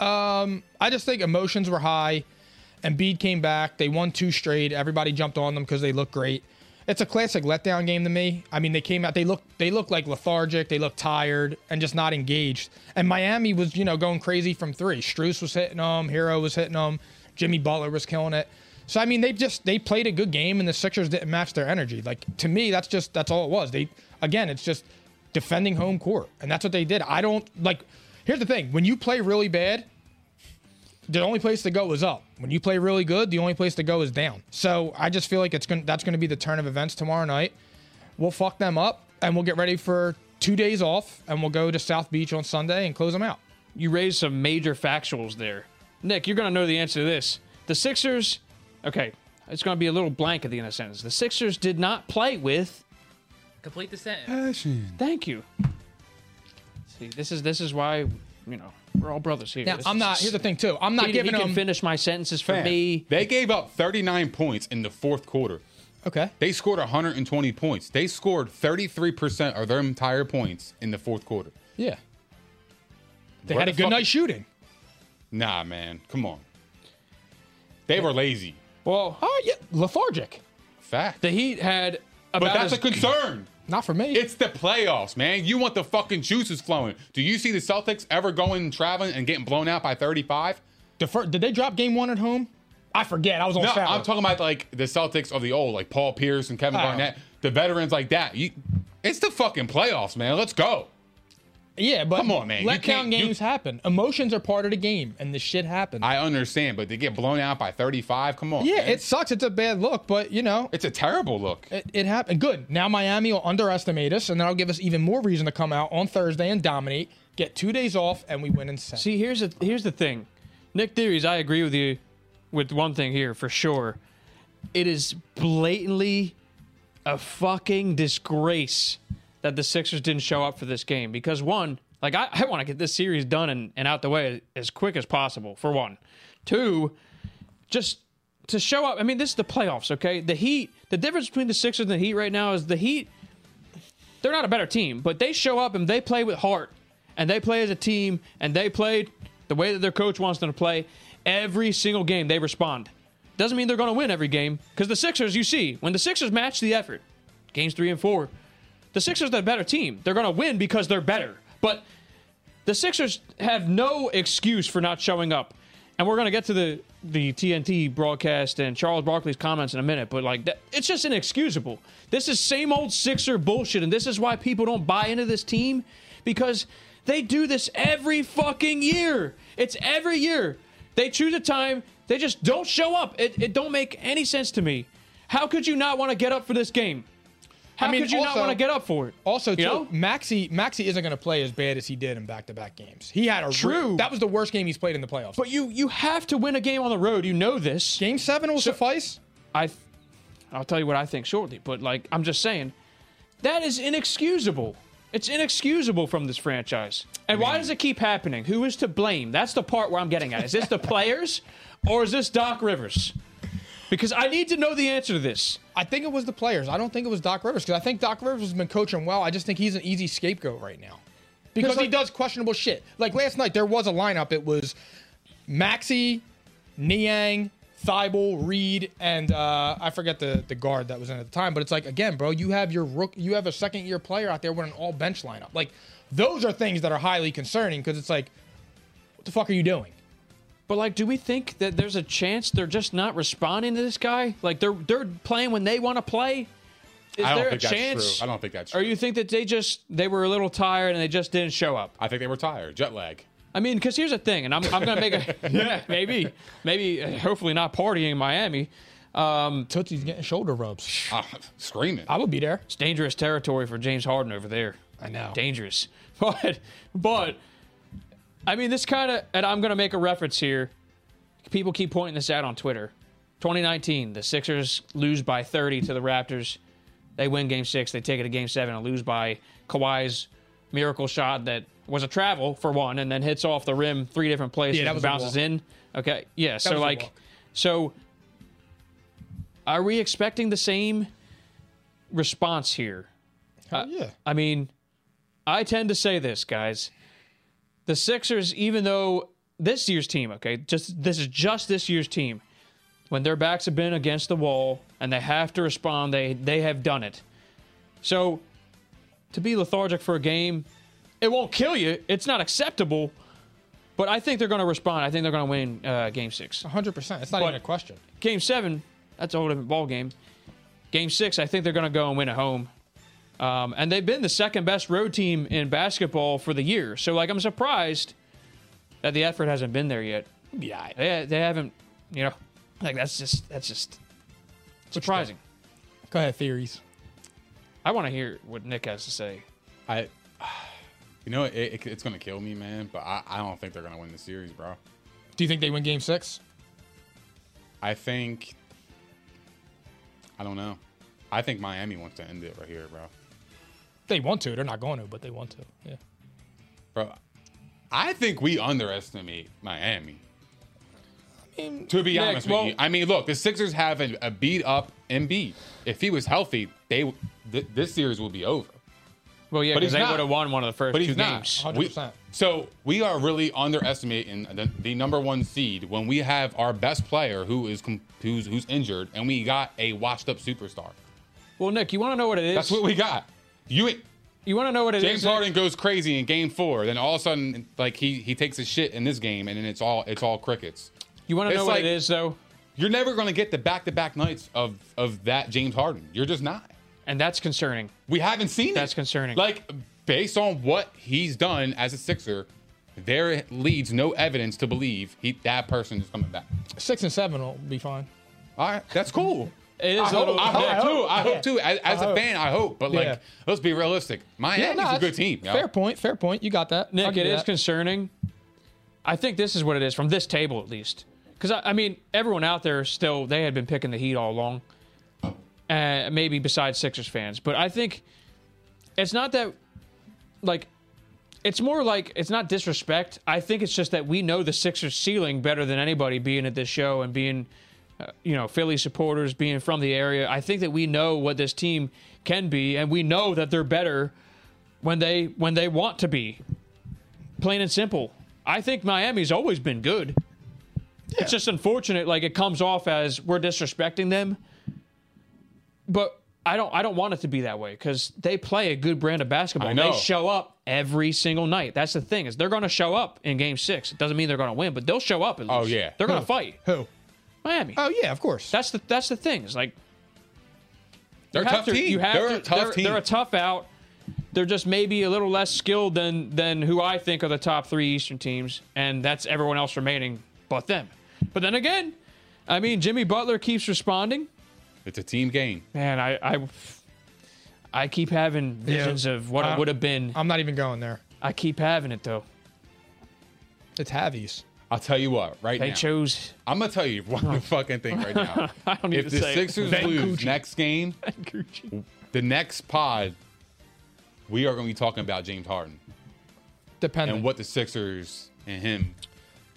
Speaker 1: I just think emotions were high. Embiid came back. They won two straight. Everybody jumped on them because they looked great. It's a classic letdown game to me. I mean, they came out. They look. They look like lethargic. They look tired and just not engaged. And Miami was, you know, going crazy from three. Struess was hitting them. Hero was hitting them. Jimmy Butler was killing it. So I mean, they just they played a good game, and the Sixers didn't match their energy. Like to me, that's just that's all it was. They again, it's just defending home court, and that's what they did. I don't like. Here's the thing: when you play really bad, the only place to go is up. When you play really good, the only place to go is down. So I just feel like it's going to that's gonna be the turn of events tomorrow night. We'll fuck them up, and we'll get ready for two days off, and we'll go to South Beach on Sunday and close them out.
Speaker 2: you raised some major factuals there. Nick, you're going to know the answer to this. The Sixers, okay, it's going to be a little blank at the end of the sentence. The Sixers did not play with.
Speaker 4: Complete the sentence.
Speaker 2: Thank you. See, this is this is why you know we're all brothers here.
Speaker 1: Now
Speaker 2: This
Speaker 1: I'm
Speaker 2: is-
Speaker 1: not. Here's the thing, too. I'm not
Speaker 2: He, he
Speaker 1: giving
Speaker 2: can
Speaker 1: them.
Speaker 2: finish my sentences for
Speaker 3: Fam,
Speaker 2: me.
Speaker 3: They gave up 39 points in the fourth quarter.
Speaker 1: okay.
Speaker 3: They scored 120 points. They scored 33% of their entire points in the fourth quarter.
Speaker 1: Yeah. They
Speaker 3: Where
Speaker 1: had a
Speaker 3: the
Speaker 1: good
Speaker 3: fuck-
Speaker 1: night shooting.
Speaker 3: Nah, man. Come on. They were lazy.
Speaker 2: Well,
Speaker 1: Oh yeah, lethargic.
Speaker 3: Fact.
Speaker 2: the Heat had
Speaker 3: but
Speaker 2: about
Speaker 3: that's a
Speaker 2: as-
Speaker 3: concern.
Speaker 1: Not for me.
Speaker 3: It's the playoffs, man. You want the fucking juices flowing. Do you see the Celtics ever going traveling and getting blown out by 35?
Speaker 1: The fir- did they drop game one at home? I forget. I was on
Speaker 3: No,
Speaker 1: Fowler.
Speaker 3: I'm talking about like the Celtics of the old, like Paul Pierce and Kevin
Speaker 1: Oh.
Speaker 3: Garnett, the veterans like that. You, it's the fucking playoffs, man. Let's go.
Speaker 1: Yeah, but
Speaker 3: Come on, man.
Speaker 1: Let
Speaker 3: You can't-
Speaker 1: count games
Speaker 3: you-
Speaker 1: happen. Emotions are part of the game, and the shit happens.
Speaker 3: I understand, but to get blown out by 35, come on.
Speaker 1: yeah,
Speaker 3: man.
Speaker 1: it sucks. It's a bad look, but you know,
Speaker 3: it's a terrible look.
Speaker 1: it, it happened. Good. Now Miami will underestimate us, and that'll give us even more reason to come out on Thursday and dominate. Get two days off, and we win in seven.
Speaker 2: See, here's the here's the thing. Nick Theories, I agree with you with one thing here for sure. It is blatantly a fucking disgrace that the Sixers didn't show up for this game because one, like I, I want to get this series done and, and out the way as quick as possible, for one. Two, just to show up. I mean, this is the playoffs, okay? The Heat, the difference between the Sixers and the Heat right now is the Heat, they're not a better team, but they show up and they play with heart and they play as a team and they played the way that their coach wants them to play. Every single game, they respond. Doesn't mean they're going to win every game because the Sixers, you see, when the Sixers match the effort, games three and four, the Sixers are the better team. They're going to win because they're better. But the Sixers have no excuse for not showing up. And we're going to get to the, the TNT broadcast and Charles Barkley's comments in a minute, but like that, it's just inexcusable. This is same old Sixer bullshit, and this is why people don't buy into this team because they do this every fucking year. It's every year. They choose a time, they just don't show up. It, it don't make any sense to me. How could you not want to get up for this game? How
Speaker 1: mean,
Speaker 2: could you not
Speaker 1: also-
Speaker 2: want to get up for it?
Speaker 1: Also, too,
Speaker 2: you know?
Speaker 1: Maxi Maxi isn't going to play as bad as he did in back-to-back games. He had a re-
Speaker 2: True.
Speaker 1: that was the worst game he's played in the playoffs.
Speaker 2: But you you have to win a game on the road. You know this.
Speaker 1: game seven will
Speaker 2: So-
Speaker 1: suffice.
Speaker 2: I, th- I'll tell you what I think shortly. But like I'm just saying, that is inexcusable. It's inexcusable from this franchise. And why does it keep happening? Who is to blame? That's the part where I'm getting at. Is this the players, or is this Doc Rivers? Because I need to know the answer to this.
Speaker 1: I think it was the players. I don't think it was Doc Rivers because I think Doc Rivers has been coaching well. I just think he's an easy scapegoat right now because he
Speaker 2: like-
Speaker 1: does questionable shit. Like last night, there was a lineup. It was Maxi, Niang, Thibault, Reed, and uh, I forget the the guard that was in at the time. But it's like again, bro, you have your rook, you have a second year player out there with an all bench lineup. Like those are things that are highly concerning because it's like, what the fuck are you doing?
Speaker 2: But like, do we think that there's a chance they're just not responding to this guy? Like they're they're playing when they want to play. Is
Speaker 3: I don't
Speaker 2: there
Speaker 3: think
Speaker 2: a
Speaker 3: that's
Speaker 2: chance?
Speaker 3: true. I don't think that's
Speaker 2: Or
Speaker 3: true.
Speaker 2: you think that they just they were a little tired and they just didn't show up?
Speaker 3: I think they were tired. Jet lag.
Speaker 2: I mean, because here's the thing, and I'm, I'm gonna make a yeah maybe maybe uh, hopefully not partying in Miami. Um,
Speaker 1: Tootsie's getting shoulder rubs.
Speaker 3: Ah, screaming.
Speaker 1: I would be there.
Speaker 2: it's dangerous territory for James Harden over there.
Speaker 1: I know.
Speaker 2: dangerous, but but I mean, this kind of and I'm gonna make a reference here. People keep pointing this out on Twitter. 2019, the Sixers lose by 30 to the Raptors. They win Game Six. They take it to Game Seven and lose by Kawhi's miracle shot that was a travel for one, and then hits off the rim three different places.
Speaker 1: Yeah, that
Speaker 2: and
Speaker 1: was a
Speaker 2: bounces
Speaker 1: walk.
Speaker 2: in. Okay, yeah. so
Speaker 1: was a
Speaker 2: like,
Speaker 1: walk.
Speaker 2: so are we expecting the same response here?
Speaker 1: Hell yeah.
Speaker 2: I mean, I tend to say this, guys. The Sixers, even though this year's team, okay, just this is just this year's team. When their backs have been against the wall and they have to respond, they they have done it. So to be lethargic for a game, it won't kill you. It's not acceptable. But I think they're going to respond. I think they're going to win uh, game six.
Speaker 1: 100%. It's not even a question.
Speaker 2: Game seven, that's a whole different ball game. Game six, I think they're going to go and win at home. Um, and they've been the second best road team in basketball for the year. So, like, I'm surprised that the effort hasn't been there yet.
Speaker 1: Yeah.
Speaker 2: They, they haven't, you know, like, that's just, that's just surprising.
Speaker 1: Go ahead, theories.
Speaker 2: I want to hear what Nick has to say.
Speaker 3: I, you know, it, it, it's gonna kill me, man. But I, I don't think they're gonna win the series, bro.
Speaker 1: Do you think they win game six?
Speaker 3: I think. I don't know. I think Miami wants to end it right here, bro.
Speaker 1: They want to. They're not going to, but they want to. Yeah.
Speaker 3: Bro, I think we underestimate Miami. to be honest with
Speaker 2: well-
Speaker 3: you, I mean, look, the Sixers have a, a beat up Embiid. If he was healthy, they th- this series will be over.
Speaker 2: Well, yeah,
Speaker 3: But he's
Speaker 2: because they
Speaker 3: not.
Speaker 2: would have won one of the first
Speaker 3: But
Speaker 2: two
Speaker 3: he's not.
Speaker 2: games.
Speaker 3: We-
Speaker 1: 100%.
Speaker 3: so we are really underestimating the, the number one seed when we have our best player who is com- who's who's injured, and we got a washed up superstar.
Speaker 2: Well, Nick, you want to know what it is?
Speaker 3: That's what we got. You
Speaker 2: you want to know what it is?
Speaker 3: James Harden goes crazy in Game Four, then all of a sudden, like he he takes his shit in this game, and then it's all it's all crickets.
Speaker 2: You want to
Speaker 3: It's
Speaker 2: know what
Speaker 3: like-
Speaker 2: it is, though?
Speaker 3: You're never gonna get the back to back nights of of that James Harden. You're just not.
Speaker 2: And that's concerning.
Speaker 3: We haven't seen
Speaker 2: That's
Speaker 3: it.
Speaker 2: concerning.
Speaker 3: Like based on what he's done as a Sixer, there leads no evidence to believe he that person is coming back.
Speaker 1: Six and seven will be fine.
Speaker 3: All right, that's cool.
Speaker 2: It is
Speaker 3: I
Speaker 2: a
Speaker 3: hope,
Speaker 2: little-
Speaker 3: I hope
Speaker 2: yeah.
Speaker 3: too. I
Speaker 1: Yeah.
Speaker 3: hope too. As, as
Speaker 1: I
Speaker 3: a
Speaker 1: hope.
Speaker 3: fan, I hope. But like,
Speaker 1: Yeah.
Speaker 3: let's be realistic. Miami's a good
Speaker 1: that's-
Speaker 3: team. yo.
Speaker 1: Fair point. Fair point. You got that. I'll
Speaker 2: Nick,
Speaker 1: give
Speaker 2: it
Speaker 1: you
Speaker 2: is
Speaker 1: that.
Speaker 2: concerning. I think this is what it is from this table, at least. Because, I, I mean, everyone out there still, they had been picking the Heat all along. Uh, maybe besides Sixers fans. But I think it's not that, like, it's more like it's not disrespect. I think it's just that we know the Sixers ceiling better than anybody being at this show and being, uh, you know, Philly supporters, being from the area. I think that we know what this team can be, and we know that they're better when they when they want to be. Plain and simple. I think Miami's always been good. It's just unfortunate, like it comes off as we're disrespecting them. But I don't I don't want it to be that way because they play a good brand of basketball.
Speaker 3: I know.
Speaker 2: They show up every single night. That's the thing, is they're gonna show up in game six. It doesn't mean they're gonna win, but they'll show up at least.
Speaker 3: Oh, yeah.
Speaker 2: They're gonna
Speaker 3: Who?
Speaker 2: fight.
Speaker 1: Who?
Speaker 2: Miami.
Speaker 1: Oh yeah, of course.
Speaker 2: That's the that's the thing. It's like
Speaker 3: They're a
Speaker 2: you have
Speaker 3: tough
Speaker 2: to-
Speaker 3: team.
Speaker 2: You have
Speaker 3: They're
Speaker 2: to-
Speaker 3: a tough
Speaker 2: they're,
Speaker 3: team.
Speaker 2: They're a tough out. They're just maybe a little less skilled than than who I think are the top three Eastern teams, and that's everyone else remaining but them. But then again, I mean Jimmy Butler keeps responding,
Speaker 3: It's a team game.
Speaker 2: and I I, I keep having visions of what
Speaker 1: Uh,
Speaker 2: it would have been.
Speaker 1: I'm not even going there.
Speaker 2: I keep having it though.
Speaker 1: It's Havies.
Speaker 3: I'll tell you what. Right
Speaker 2: They
Speaker 3: now,
Speaker 2: chose.
Speaker 3: I'm gonna tell you one fucking thing right now.
Speaker 2: I don't need
Speaker 3: if
Speaker 2: to
Speaker 3: the
Speaker 2: say it.
Speaker 3: Sixers lose next game, the next pod, we are going to be talking about James Harden
Speaker 1: Depending.
Speaker 3: and what the Sixers and him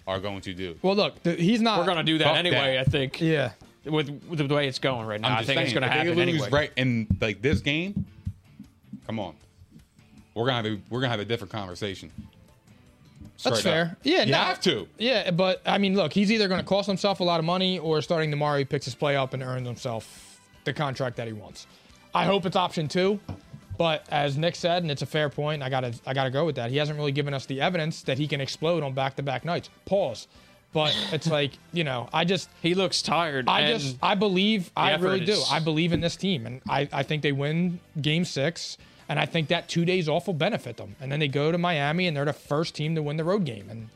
Speaker 3: are going to do.
Speaker 1: Well, look, th- he's not.
Speaker 2: We're gonna do that
Speaker 3: Fuck
Speaker 2: anyway.
Speaker 3: that.
Speaker 2: I think
Speaker 1: Yeah.
Speaker 2: with, with the way it's going right now, I
Speaker 3: just
Speaker 2: think it's
Speaker 3: saying,
Speaker 2: gonna
Speaker 3: if
Speaker 2: happen
Speaker 3: they lose
Speaker 2: anyway.
Speaker 3: Right in like this game, come on, we're gonna have a, we're gonna have a different conversation. Straight
Speaker 1: That's
Speaker 3: up.
Speaker 1: fair. Yeah,
Speaker 3: you
Speaker 1: no.
Speaker 3: have to.
Speaker 1: Yeah, but I mean, look, he's either going to cost himself a lot of money or starting tomorrow, he picks his play up and earns himself the contract that he wants. I hope it's option two, but as Nick said, and it's a fair point, I gotta, I gotta go with that. He hasn't really given us the evidence that he can explode on back-to-back nights. Pause. But it's like, you know, I just,
Speaker 2: He looks tired.
Speaker 1: I
Speaker 2: and-
Speaker 1: just I believe I
Speaker 2: effort
Speaker 1: really do.
Speaker 2: is-
Speaker 1: I believe in this team, and I, I think they win Game Six, and I think that two days off will benefit them. And then they go to Miami, and they're the first team to win the road game. And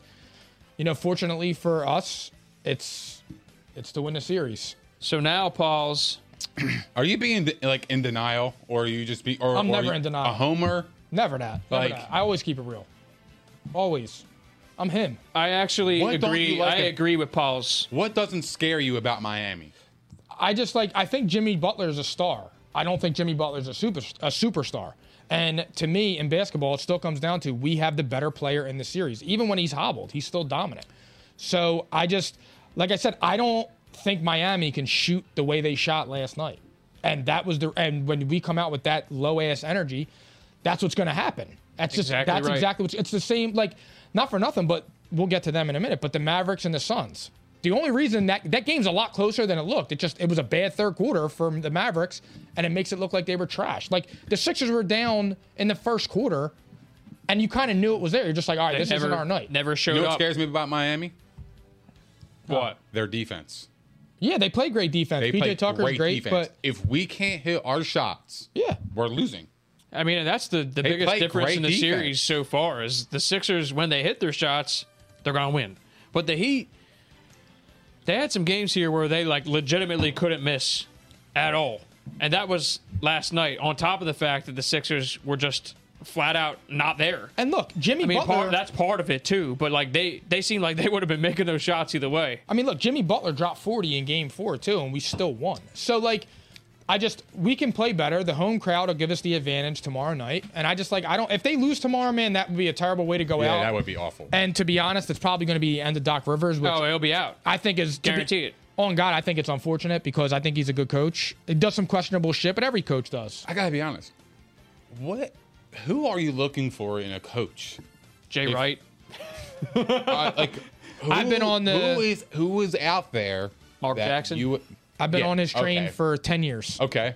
Speaker 1: you know, fortunately for us, it's it's to win the series.
Speaker 2: so now, Paul's
Speaker 3: Are you being like in denial, or are you just be? Or, or
Speaker 1: I'm
Speaker 3: are
Speaker 1: never
Speaker 3: you
Speaker 1: in denial.
Speaker 3: A homer.
Speaker 1: Never that. Never
Speaker 3: Like-
Speaker 1: that. I always keep it real. Always, I'm him.
Speaker 2: I actually
Speaker 3: What don't
Speaker 2: agree.
Speaker 3: you like
Speaker 2: I
Speaker 3: ab-
Speaker 2: agree with Paul's.
Speaker 3: What doesn't scare you about Miami?
Speaker 1: I just like I think Jimmy Butler is a star. I don't think Jimmy Butler's a super a superstar. And to me, in basketball, it still comes down to we have the better player in the series. Even when he's hobbled, he's still dominant. So I just, like I said, I don't think Miami can shoot the way they shot last night. And that was the and when we come out with that low ass energy, that's what's going to happen. That's just
Speaker 2: Exactly
Speaker 1: that's
Speaker 2: right.
Speaker 1: exactly what's it's the same. Like not for nothing, but we'll get to them in a minute. But the Mavericks and the Suns. The only reason that that game's a lot closer than it looked, it just it was a bad third quarter from the Mavericks, and it makes it look like they were trash. Like the Sixers were down in the first quarter, and you kind of knew it was there. You're just like, all right, this
Speaker 2: never,
Speaker 1: isn't our night.
Speaker 2: Never showed
Speaker 3: You know what
Speaker 2: up.
Speaker 3: scares me about Miami?
Speaker 2: What?
Speaker 3: Their defense.
Speaker 1: Yeah, they play great defense.
Speaker 3: They play
Speaker 1: PJ Tucker's
Speaker 3: great,
Speaker 1: great,
Speaker 3: defense.
Speaker 1: but
Speaker 3: if we can't hit our shots,
Speaker 1: yeah,
Speaker 3: we're losing.
Speaker 2: I mean, that's the, the
Speaker 3: They
Speaker 2: biggest
Speaker 3: play
Speaker 2: difference
Speaker 3: great
Speaker 2: in the
Speaker 3: defense.
Speaker 2: series so far is the Sixers when they hit their shots, they're gonna win. But the Heat, they had some games here where they like legitimately couldn't miss at all. And that was last night, on top of the fact that the Sixers were just flat out not there.
Speaker 1: And look, Jimmy
Speaker 2: I mean,
Speaker 1: Butler.
Speaker 2: part, that's part of it too, but like they they seem like they would have been making those shots either way.
Speaker 1: I mean, look, Jimmy Butler dropped 40 in game four, too, and we still won. So, like, I just, we can play better. The home crowd will give us the advantage tomorrow night. And I just, like, I don't, if they lose tomorrow, man, that would be a terrible way to go out.
Speaker 3: Yeah, that would be awful.
Speaker 1: And to be honest, it's probably going to be the end of Doc Rivers, which
Speaker 2: Oh, it'll be out.
Speaker 1: I think is to be-
Speaker 2: Guarantee it.
Speaker 1: On God, I think it's unfortunate because I think he's a good coach. It does some questionable shit, but every coach does.
Speaker 3: I gotta be honest. What? Who are you looking for in a coach?
Speaker 2: Jay
Speaker 3: If-
Speaker 2: Wright,
Speaker 3: Uh, like, who,
Speaker 1: I've been on the-
Speaker 3: who is who is out there?
Speaker 2: Mark
Speaker 3: that
Speaker 2: Jackson?
Speaker 3: You,
Speaker 1: I've been
Speaker 3: yeah,
Speaker 1: on his train
Speaker 3: okay.
Speaker 1: for 10 years.
Speaker 3: Okay.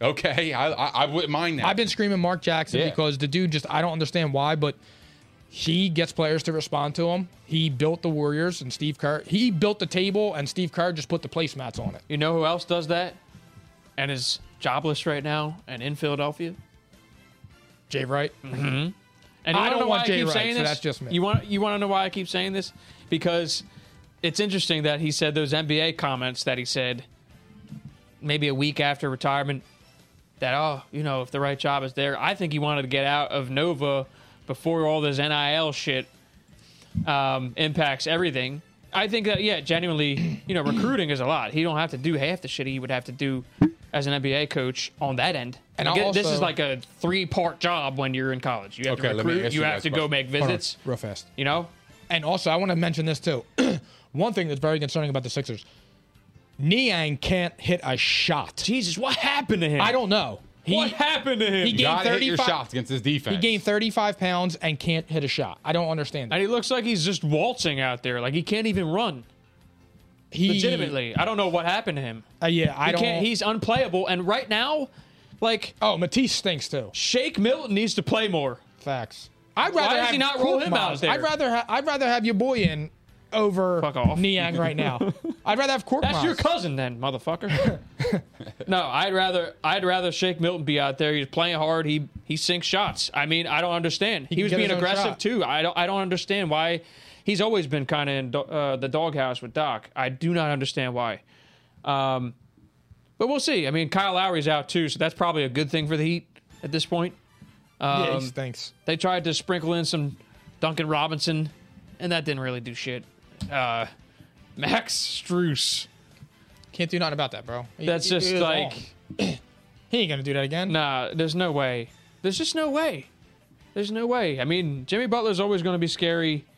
Speaker 3: Okay. I I, I wouldn't mind that.
Speaker 1: I've been screaming Mark Jackson
Speaker 3: Yeah.
Speaker 1: because the dude just I don't understand why, but he gets players to respond to him. He built the Warriors and Steve Kerr. He built the table and Steve Kerr just put the placemats on it.
Speaker 2: you know who else does that? And is jobless right now and in Philadelphia?
Speaker 1: Jay Wright.
Speaker 2: And you
Speaker 1: I
Speaker 2: wanna
Speaker 1: don't
Speaker 2: know why
Speaker 1: want
Speaker 2: I
Speaker 1: Jay
Speaker 2: keep
Speaker 1: Wright,
Speaker 2: saying
Speaker 1: so
Speaker 2: this?
Speaker 1: that's just me.
Speaker 2: You want you want to know why I keep saying this? Because it's interesting that he said those NBA comments that he said maybe a week after retirement that oh, you know, if the right job is there. I think he wanted to get out of Nova before all this NIL shit um, impacts everything. I think that yeah, genuinely, you know, recruiting is a lot. He don't have to do half the shit he would have to do as an NBA coach on that end.
Speaker 1: And
Speaker 2: You
Speaker 1: I
Speaker 2: get- this is
Speaker 1: also-
Speaker 2: like a three-part job when you're in college. You have
Speaker 3: Okay,
Speaker 2: to
Speaker 3: let me
Speaker 2: recruit,
Speaker 3: ask
Speaker 2: you,
Speaker 3: you
Speaker 2: have
Speaker 3: guys
Speaker 2: to
Speaker 3: a
Speaker 2: go
Speaker 3: question.
Speaker 2: make visits.
Speaker 1: Real fast.
Speaker 2: You know,
Speaker 1: And also I want to mention this too. One thing that's very concerning about the Sixers. Niang can't hit a shot.
Speaker 2: Jesus, what happened to him?
Speaker 1: I don't know. He
Speaker 2: what happened to him?
Speaker 1: he
Speaker 3: You
Speaker 1: gained
Speaker 3: gotta hit your
Speaker 1: 35
Speaker 3: shots against this defense.
Speaker 1: he gained 35 pounds and can't hit a shot. I don't understand that.
Speaker 2: and he looks like he's just waltzing out there. Like he can't even run.
Speaker 1: He,
Speaker 2: Legitimately, I don't know what happened to him.
Speaker 1: Uh, yeah, I
Speaker 2: He
Speaker 1: don't.
Speaker 2: can't. He's unplayable. And right now, like
Speaker 1: oh, Matisse stinks too.
Speaker 2: Shake Milton needs to play more.
Speaker 1: Facts. I'd rather
Speaker 2: Why does
Speaker 1: have
Speaker 2: he not roll him out
Speaker 1: Korkmaz.
Speaker 2: there?
Speaker 1: I'd rather ha- I'd rather have your boy in over
Speaker 2: Fuck off.
Speaker 1: Niang right now. I'd rather have Korkmaz.
Speaker 2: That's your cousin then, motherfucker. no, I'd rather I'd rather Shake Milton be out there. He's playing hard. He he sinks shots. I mean, I don't understand. He,
Speaker 1: can
Speaker 2: was
Speaker 1: get
Speaker 2: being
Speaker 1: his own
Speaker 2: aggressive
Speaker 1: shot.
Speaker 2: too. I don't I don't understand why. He's always been kind of in do- uh, the doghouse with Doc. I do not understand why. Um, but we'll see. I mean, Kyle Lowry's out too, so that's probably a good thing for the Heat at this point.
Speaker 1: yeah, he
Speaker 2: um,
Speaker 1: stinks.
Speaker 2: They tried to sprinkle in some Duncan Robinson, and that didn't really do shit. Uh, Max Struess.
Speaker 1: Can't do nothing about that, bro. He-
Speaker 2: That's
Speaker 1: he-
Speaker 2: just
Speaker 1: he was
Speaker 2: like.
Speaker 1: wrong. he ain't gonna do that again.
Speaker 2: Nah, there's no way. There's just no way. There's no way. I mean, Jimmy Butler's always going to be scary.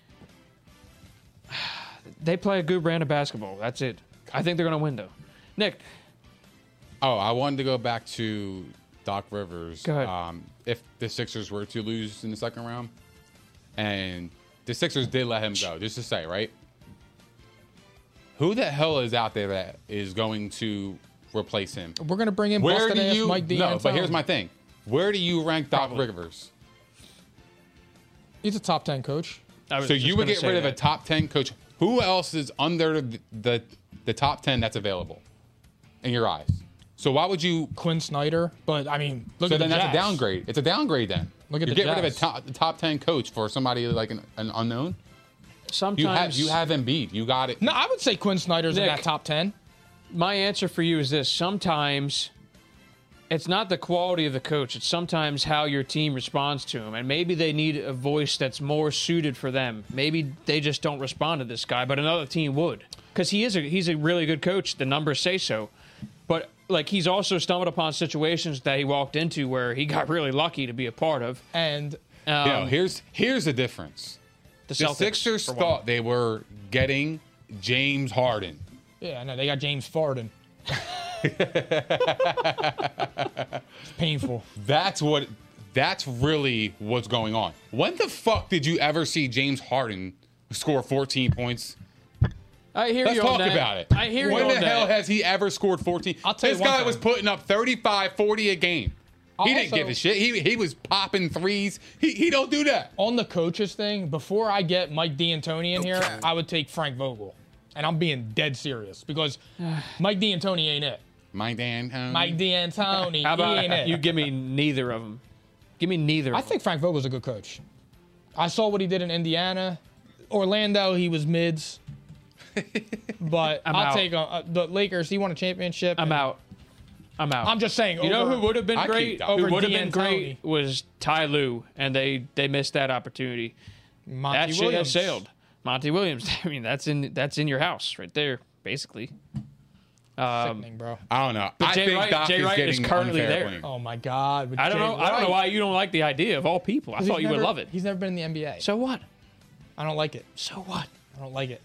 Speaker 2: They play a good brand of basketball. That's it. I think they're going to win, though. Nick,
Speaker 3: Oh, I wanted to go back to Doc Rivers.
Speaker 2: Go ahead.
Speaker 3: Um, if the Sixers were to lose in the second round, and the Sixers did let him go, just to say, right? Who the hell is out there that is going to replace him?
Speaker 1: We're gonna bring in
Speaker 3: Where
Speaker 1: busted
Speaker 3: do
Speaker 1: ass
Speaker 3: you?
Speaker 1: Mike D.
Speaker 3: no, but here's my thing. Where do you rank Doc Rivers?
Speaker 1: He's a top ten coach.
Speaker 2: I was
Speaker 3: So
Speaker 2: just
Speaker 3: you would
Speaker 2: gonna
Speaker 3: get
Speaker 2: say
Speaker 3: rid of a
Speaker 2: that.
Speaker 3: top ten coach. Who else is under the the, the top ten that's available in your eyes? So why would you
Speaker 1: Quinn Snyder, but I mean, look
Speaker 3: so
Speaker 1: at
Speaker 3: then
Speaker 1: the
Speaker 3: that's a
Speaker 1: Jazz.
Speaker 3: downgrade. It's a downgrade then.
Speaker 1: Look at
Speaker 3: you
Speaker 1: the
Speaker 3: get rid of a
Speaker 1: Jazz.
Speaker 3: top, top ten coach for somebody like an, an unknown.
Speaker 2: Sometimes
Speaker 3: You have you have Embiid. You got it.
Speaker 1: No, I would say Quinn Snyder's in
Speaker 2: Nick.
Speaker 1: that top ten.
Speaker 2: my answer for you is this sometimes it's not the quality of the coach it's sometimes how your team responds to him and maybe they need a voice that's more suited for them maybe they just don't respond to this guy but another team would because he is a he's a really good coach the numbers say so but like he's also stumbled upon situations that he walked into where he got really lucky to be a part of
Speaker 1: And
Speaker 2: um,
Speaker 3: You know, here's here's the difference.
Speaker 2: the,
Speaker 3: The
Speaker 2: Celtics,
Speaker 3: Sixers
Speaker 2: for one.
Speaker 3: thought they were getting James Harden.
Speaker 1: yeah, I know they got James Farden. it's painful.
Speaker 3: That's what. That's really what's going on. When the fuck did you ever see James Harden score 14 points?
Speaker 2: i hear
Speaker 3: Let's
Speaker 2: you
Speaker 3: talk
Speaker 2: on that.
Speaker 3: about it.
Speaker 2: i hear
Speaker 3: when
Speaker 2: you
Speaker 3: the
Speaker 2: on
Speaker 3: hell
Speaker 2: that.
Speaker 3: has he ever scored 14?
Speaker 1: I'll tell you
Speaker 3: this
Speaker 1: one
Speaker 3: guy
Speaker 1: thing.
Speaker 3: was putting up 35, 40 a game.
Speaker 1: I'll
Speaker 3: he didn't
Speaker 1: also-
Speaker 3: give a shit. He, he was popping threes. He, he don't do that.
Speaker 2: Oh.
Speaker 1: on the coaches thing, before I get Mike D'Antoni in here, I would take Frank Vogel. And I'm being dead serious because Mike D'Antoni ain't it.
Speaker 3: Mike Dan. um,
Speaker 1: Mike D'Antoni
Speaker 2: how
Speaker 1: ain't it.
Speaker 2: about you give me neither of them give me neither of
Speaker 1: I
Speaker 2: 'em.
Speaker 1: think Frank Vogel's a good coach. I saw what he did in Indiana. Orlando, he was mids. but i will
Speaker 2: out.
Speaker 1: uh, take a, uh, the Lakers. He won a championship.
Speaker 2: I'm
Speaker 1: and
Speaker 2: out. I'm out.
Speaker 1: I'm just saying.
Speaker 2: You know
Speaker 1: over-
Speaker 2: who would have been
Speaker 3: I
Speaker 2: great?
Speaker 3: keep Doc.
Speaker 2: Who
Speaker 1: Over
Speaker 2: would have been
Speaker 1: Dean Tony.
Speaker 2: great was Ty Lue, and they they missed that opportunity.
Speaker 1: Monty
Speaker 2: That shit has
Speaker 1: Williams.
Speaker 2: sailed. Monty Williams. I mean, that's in that's in your house right there, basically. Um,
Speaker 1: Sickening, bro.
Speaker 3: I don't know.
Speaker 2: But
Speaker 3: I
Speaker 2: Jay
Speaker 3: think
Speaker 2: Wright-
Speaker 3: Doc
Speaker 2: Jay
Speaker 3: is
Speaker 2: Wright is
Speaker 3: getting
Speaker 2: currently
Speaker 3: unfair
Speaker 2: there.
Speaker 3: blame.
Speaker 1: Oh my God. with
Speaker 2: I don't
Speaker 1: Jay
Speaker 2: know. I don't know
Speaker 1: Wright.
Speaker 2: why you don't like the idea of all people. I
Speaker 1: He's
Speaker 2: thought you would
Speaker 1: never-
Speaker 2: love it.
Speaker 1: He's never been in the NBA.
Speaker 2: So what?
Speaker 1: I don't like it.
Speaker 2: So what?
Speaker 1: I don't like it.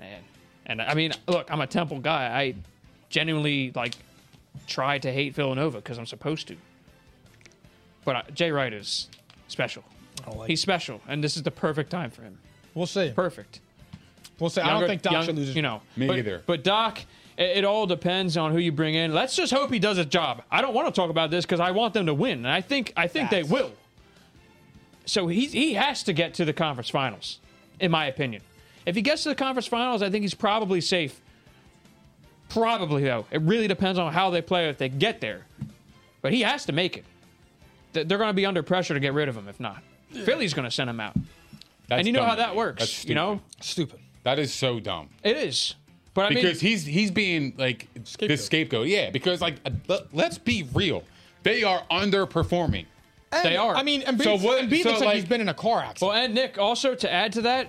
Speaker 2: man. And I mean, look, I'm a Temple guy. I genuinely like try to hate Villanova because I'm supposed to. But I, Jay Wright is special.
Speaker 1: I don't like
Speaker 2: He's special, and this is the perfect time for him.
Speaker 1: it. We'll see.
Speaker 2: Perfect.
Speaker 1: We'll see. I
Speaker 2: Younger-
Speaker 1: don't think Doc
Speaker 2: young-
Speaker 1: should lose. his-
Speaker 2: You know,
Speaker 3: Me
Speaker 2: but,
Speaker 3: either.
Speaker 2: But Doc, i- it, all depends on who you bring in. Let's just hope he does his job. I don't want to talk about this because I want them to win, and I think I think
Speaker 1: Facts.
Speaker 2: they will. So he he has to get to the conference finals, in my opinion. If he gets to the conference finals, I think he's probably safe. Probably though, it really depends on how they play if they get there. But he has to make it. Th- They're going to be under pressure to get rid of him. If not, Philly's going to send him out,
Speaker 3: That's
Speaker 2: and you know
Speaker 3: dumb.
Speaker 2: how that
Speaker 3: That's
Speaker 2: works. You know,
Speaker 3: stupid.
Speaker 1: Stupid.
Speaker 3: that is so dumb.
Speaker 2: it is. But I mean,
Speaker 3: because he's he's being like the scapegoat. Yeah, because like uh, le- let's be real, they are underperforming.
Speaker 2: They are.
Speaker 1: I mean, Embiid,
Speaker 3: So what-
Speaker 1: Embiid
Speaker 3: so
Speaker 1: looks like, he's
Speaker 3: like-
Speaker 1: been in a car accident.
Speaker 2: Well, and Nick, also to add to that,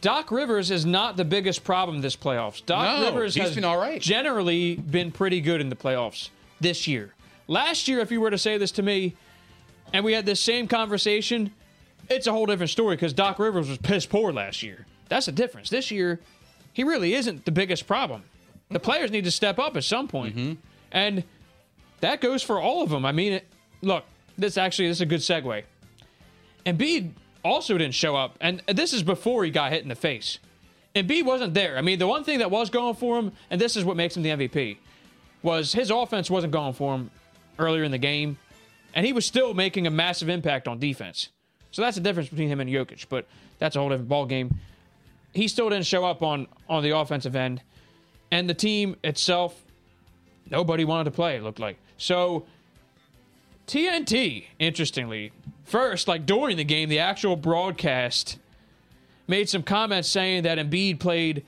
Speaker 2: Doc Rivers is not the biggest problem this playoffs. Doc
Speaker 3: No,
Speaker 2: Rivers
Speaker 3: he's
Speaker 2: has
Speaker 3: been all right.
Speaker 2: generally been pretty good in the playoffs this year. Last year, if you were to say this to me, and we had this same conversation, it's a whole different story because Doc Rivers was piss poor last year. That's the difference. This year, he really isn't the biggest problem. The players need to step up at some point.
Speaker 3: Mm-hmm.
Speaker 2: And that goes for all of them. I mean, it, look, this actually this is a good segue. Embiid also didn't show up, and this is before he got hit in the face. Embiid wasn't there. I mean, the one thing that was going for him, and this is what makes him the MVP, was his offense wasn't going for him earlier in the game, and he was still making a massive impact on defense. So that's the difference between him and Jokic, but that's a whole different ball game. He still didn't show up on on the offensive end, and the team itself, nobody wanted to play. It looked like so. TNT, interestingly, first, like during the game, the actual broadcast made some comments saying that Embiid played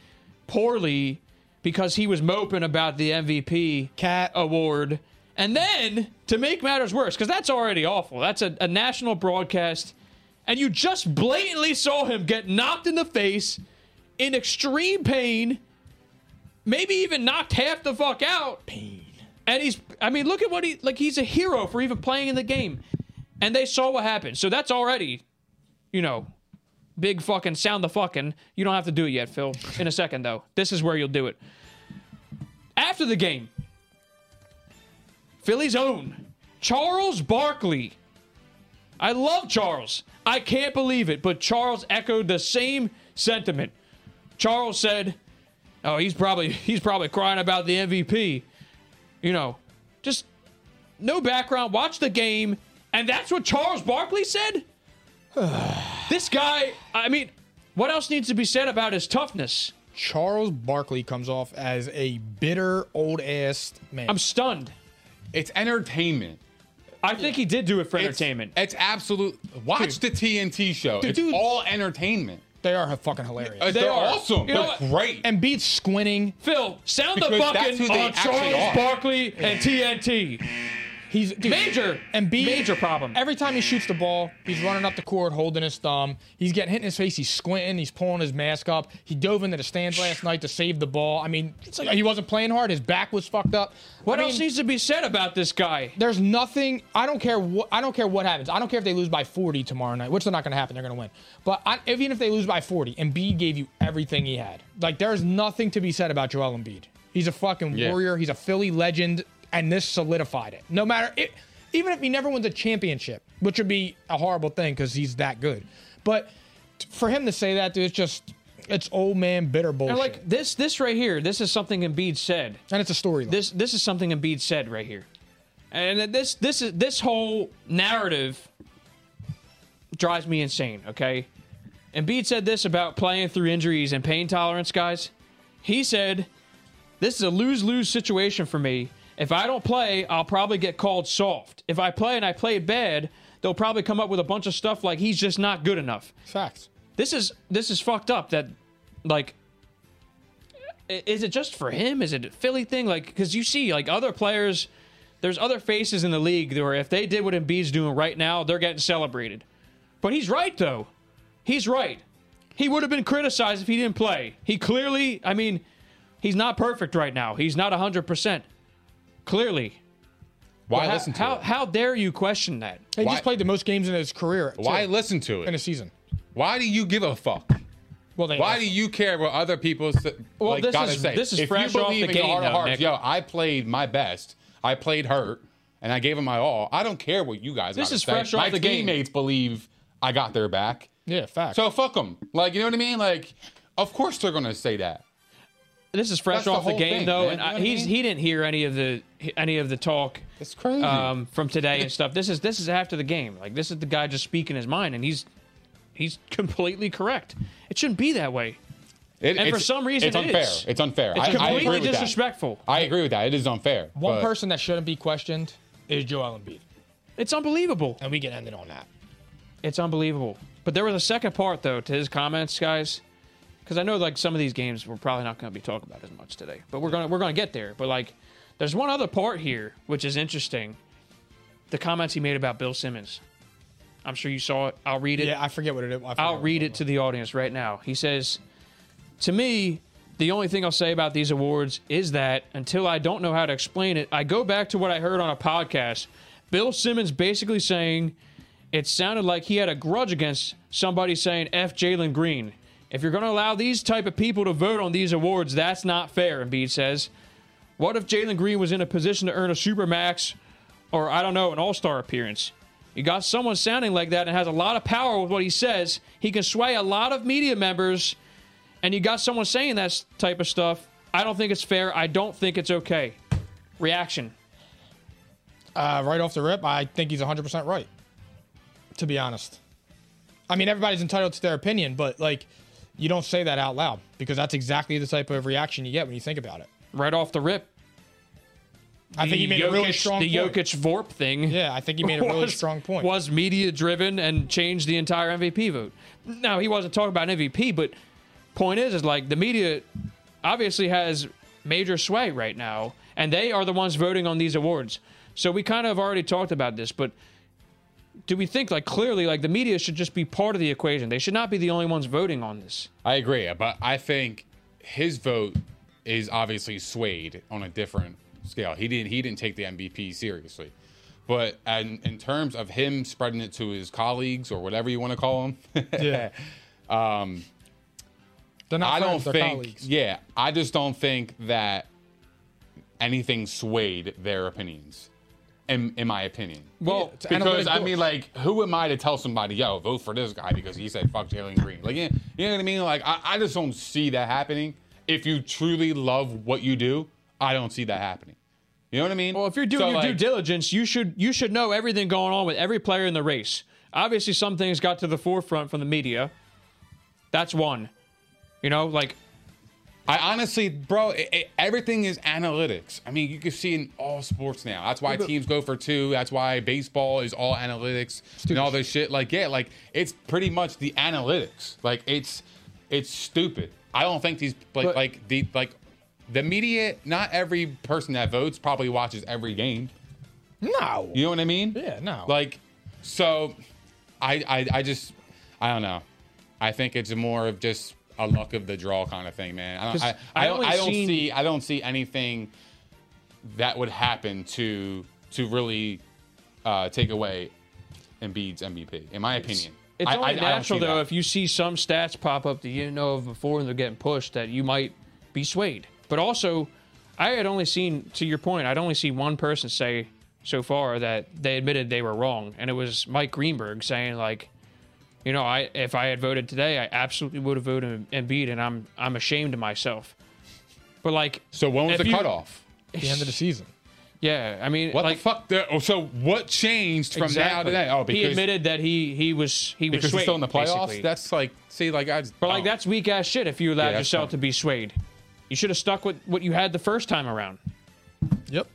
Speaker 2: poorly because he was moping about the MVP
Speaker 1: Cat.
Speaker 2: award. And then to make matters worse, because that's already awful. That's a, a national broadcast, and you just blatantly saw him get knocked in the face in extreme pain, maybe even knocked half the fuck out. And he's, I mean, look at what he, like, he's a hero for even playing in the game. And they saw what happened. So that's already, you know, big fucking sound the fucking. You don't have to do it yet, Phil. In a second, though. This is where you'll do it. After the game, Philly's own Charles Barkley. I love Charles. I can't believe it, but Charles echoed the same sentiment. Charles said, "Oh, he's probably he's probably crying about the MVP." You know, just no background, watch the game, and that's what Charles Barkley said? this guy, I mean, what else needs to be said about his toughness?
Speaker 1: Charles Barkley comes off as a bitter old ass man.
Speaker 2: I'm stunned.
Speaker 3: It's entertainment.
Speaker 2: I think he did do it for
Speaker 3: It's-
Speaker 2: entertainment.
Speaker 3: It's, absolute. Watch the TNT show. it's
Speaker 1: dude.
Speaker 3: all entertainment.
Speaker 1: they are fucking hilarious.
Speaker 3: Uh,
Speaker 2: They
Speaker 3: they're
Speaker 2: are.
Speaker 3: awesome.
Speaker 2: You know
Speaker 3: they're
Speaker 2: what?
Speaker 3: great.
Speaker 1: and Embiid squinting.
Speaker 2: Phil, sound the
Speaker 3: Because that's who
Speaker 2: fucking
Speaker 3: they
Speaker 2: on
Speaker 3: actually
Speaker 2: Charles
Speaker 3: are.
Speaker 2: Barkley and TNT.
Speaker 1: He's dude,
Speaker 2: Major.
Speaker 1: Embiid
Speaker 2: Major problem.
Speaker 1: Every time he shoots the ball, he's running up the court, holding his thumb. He's getting hit in his face. He's squinting. He's pulling his mask up. He dove into the stands last night to save the ball. I mean, it's like he wasn't playing hard. His back was fucked up.
Speaker 2: What
Speaker 1: I
Speaker 2: else
Speaker 1: mean,
Speaker 2: needs to be said about this guy?
Speaker 1: There's nothing. I don't care what. I don't care what happens. I don't care if they lose by 40 tomorrow night, which they're not going to happen. They're going to win. But I, even if they lose by 40, Embiid gave you everything he had. Like there's nothing to be said about Joel Embiid. He's a fucking
Speaker 3: Yeah.
Speaker 1: warrior. He's a Philly legend, and this solidified it. No matter it, even if he never wins a championship, which would be a horrible thing because he's that good. But t- for him to say that, dude, it's just it's old man bitter bullshit.
Speaker 2: And
Speaker 1: And,
Speaker 2: like this, this right here, this is something Embiid said.
Speaker 1: it's a storyline.
Speaker 2: This, this is something Embiid said right here, and this, this is this whole narrative drives me insane. Okay, Embiid said this about playing through injuries and pain tolerance, guys. He said, "This is a lose-lose situation for me. If I don't play, I'll probably get called soft. If I play and I play bad." They'll probably come up with a bunch of stuff like he's just not good enough.
Speaker 1: Facts.
Speaker 2: this is this is fucked up that like i- is it just for him? Is it a Philly thing? Like, because you see, like other players, there's other faces in the league where if they did what Embiid's doing right now, they're getting celebrated. But he's right though. He's right. He would have been criticized if he didn't play. He clearly, I mean, he's not perfect right now. He's not 100%. Clearly.
Speaker 3: Why
Speaker 2: How-
Speaker 3: listen to
Speaker 2: how,
Speaker 3: it?
Speaker 2: how dare you question that?
Speaker 1: He
Speaker 3: Why-
Speaker 1: just played the most games in his career. too,
Speaker 3: Why listen to
Speaker 1: in a
Speaker 3: it?
Speaker 1: season?
Speaker 3: Why do you give a fuck?
Speaker 1: Well, they
Speaker 3: Why do you care what other people s- like,
Speaker 2: this
Speaker 3: gotta
Speaker 2: is-
Speaker 3: say?
Speaker 2: this is
Speaker 3: if
Speaker 2: fresh
Speaker 3: you
Speaker 2: off
Speaker 3: believe
Speaker 2: the
Speaker 3: in your
Speaker 2: game,
Speaker 3: heart of
Speaker 2: though,
Speaker 3: hearts,
Speaker 2: Nick.
Speaker 3: yo, I played my best. I played hurt, and I gave it my all. I don't care what you guys.
Speaker 2: This
Speaker 3: gotta
Speaker 2: is
Speaker 3: say.
Speaker 2: fresh off
Speaker 3: my
Speaker 2: the game.
Speaker 3: teammates believe I got their back.
Speaker 1: Yeah, fact.
Speaker 3: So fuck them. Like you know what I mean? Like, of course they're gonna say that.
Speaker 2: This is fresh
Speaker 3: That's the
Speaker 2: off the,
Speaker 3: whole
Speaker 2: game
Speaker 3: thing,
Speaker 2: though,
Speaker 3: man. You
Speaker 2: and
Speaker 3: know
Speaker 2: I,
Speaker 3: what I
Speaker 2: he's
Speaker 3: mean?
Speaker 2: he didn't hear any of the any of the talk
Speaker 3: It's crazy.
Speaker 2: um, from today and stuff. This is this is after the game. Like this is the guy just speaking his mind, and he's he's completely correct. It shouldn't be that way.
Speaker 3: It-
Speaker 2: and for
Speaker 3: it's-
Speaker 2: some reason
Speaker 3: it's
Speaker 2: it
Speaker 3: unfair.
Speaker 2: is.
Speaker 3: It's unfair.
Speaker 2: It's
Speaker 3: I- I
Speaker 2: completely
Speaker 3: agree with that.
Speaker 2: disrespectful.
Speaker 3: I agree with that. It is unfair.
Speaker 1: one
Speaker 3: but-
Speaker 1: person that shouldn't be questioned is Joel Embiid,
Speaker 2: It's unbelievable.
Speaker 1: and we can end it on that.
Speaker 2: It's unbelievable. But there was a second part though to his comments, guys, because I know like some of these games we're probably not going to be talking about as much today, but we're gonna we're gonna get there. But like, there's one other part here which is interesting. The comments he made about Bill Simmons. I'm sure you saw it. I'll read it.
Speaker 1: Yeah, I forget what it is. I forget
Speaker 2: I'll
Speaker 1: what
Speaker 2: read it to the audience right now. He says, To me, the only thing I'll say about these awards is that until I don't know how to explain it, I go back to what I heard on a podcast. Bill Simmons basically saying it sounded like he had a grudge against somebody saying F Jalen Green. If you're going to allow these type of people to vote on these awards, that's not fair, Embiid says. What if Jalen Green was in a position to earn a Supermax or, I don't know, an All Star appearance? You got someone sounding like that and has a lot of power with what he says. He can sway a lot of media members, and you got someone saying that s- type of stuff. I don't think it's fair. I don't think it's okay. Reaction.
Speaker 1: Uh, right off the rip, I think he's 100% right, to be honest. I mean, everybody's entitled to their opinion, but like, you don't say that out loud because that's exactly the type of reaction you get when you think about it.
Speaker 2: Right off the rip.
Speaker 1: I think he made a really strong
Speaker 2: The
Speaker 1: point.
Speaker 2: Jokic Vorp thing.
Speaker 1: Yeah, I think he made a really
Speaker 2: was-
Speaker 1: strong point.
Speaker 2: Was media driven and changed the entire MVP vote. Now he wasn't talking about an MVP, but point is, is like the media obviously has major sway right now, and they are the ones voting on these awards. So we kind of already talked about this, but do we think like clearly like the media should just be part of the equation? They should not be the only ones voting on this.
Speaker 3: I agree, but I think his vote is obviously swayed on a different scale. He didn't he didn't take the MVP seriously, but and in terms of him spreading it to his colleagues or whatever you want to call them,
Speaker 1: Yeah.
Speaker 3: um,
Speaker 1: They're not
Speaker 3: I don't
Speaker 1: friends, they're
Speaker 3: think.
Speaker 1: colleagues.
Speaker 3: Yeah, I just don't think that anything swayed their opinions. In, in my opinion,
Speaker 1: Well, it's
Speaker 3: because
Speaker 1: analytic
Speaker 3: I mean,
Speaker 1: votes.
Speaker 3: like, who am I to tell somebody, yo, vote for this guy because he said fuck Jalen Green? Like, yeah, you know what I mean? Like, I, I just don't see that happening. If you truly love what you do, I don't see that happening. You know what I mean?
Speaker 2: Well, if you're doing
Speaker 3: So,
Speaker 2: your due
Speaker 3: like,
Speaker 2: diligence, you should you should know everything going on with every player in the race. Obviously, some things got to the forefront from the media. That's one. You know, like
Speaker 3: I honestly, bro, it, it- everything is analytics. I mean, you can see in all sports now. That's why teams go for two. That's why baseball is all analytics and all this shit. Like, yeah, like it's pretty much the analytics. Like, it's it's stupid. I don't think these like
Speaker 2: But-
Speaker 3: like the like the media. Not every person that votes probably watches every game.
Speaker 1: No.
Speaker 3: You know what I mean?
Speaker 1: Yeah, no.
Speaker 3: Like, so I, I, I just, I don't know. I think it's more of just a luck of the draw kind of thing, man. I don't,
Speaker 2: 'Cause
Speaker 3: I,
Speaker 2: I
Speaker 3: I don't,
Speaker 2: only
Speaker 3: I don't
Speaker 2: seen-
Speaker 3: see, I don't see anything that would happen to to really uh, take away Embiid's MVP, in my opinion.
Speaker 2: it's
Speaker 3: I,
Speaker 2: only
Speaker 3: I- I don't
Speaker 2: natural
Speaker 3: see
Speaker 2: though
Speaker 3: that.
Speaker 2: if you see some stats pop up that you didn't know of before and they're getting pushed that you might be swayed. But also, I had only seen to your point, I'd only seen one person say so far that they admitted they were wrong, and it was Mike Greenberg saying like, you know, I if I had voted today, I absolutely would have voted Embiid, and I'm I'm ashamed of myself. But like,
Speaker 3: So when was
Speaker 2: if
Speaker 3: the
Speaker 2: you-
Speaker 3: cutoff?
Speaker 1: At the end of the season.
Speaker 2: yeah, I mean,
Speaker 3: What
Speaker 2: like,
Speaker 3: the fuck? The, oh, so what changed from now to
Speaker 2: exactly.
Speaker 3: then? Oh, because
Speaker 2: he admitted that he he was he was
Speaker 3: because he's
Speaker 2: swayed,
Speaker 3: still in the playoffs.
Speaker 2: basically.
Speaker 3: That's like, see, like I. Just,
Speaker 2: But like that's weak ass shit if you allowed
Speaker 3: Oh. that's
Speaker 2: yourself
Speaker 3: dumb.
Speaker 2: to be swayed. You should have stuck with what you had the first time around.
Speaker 1: Yep.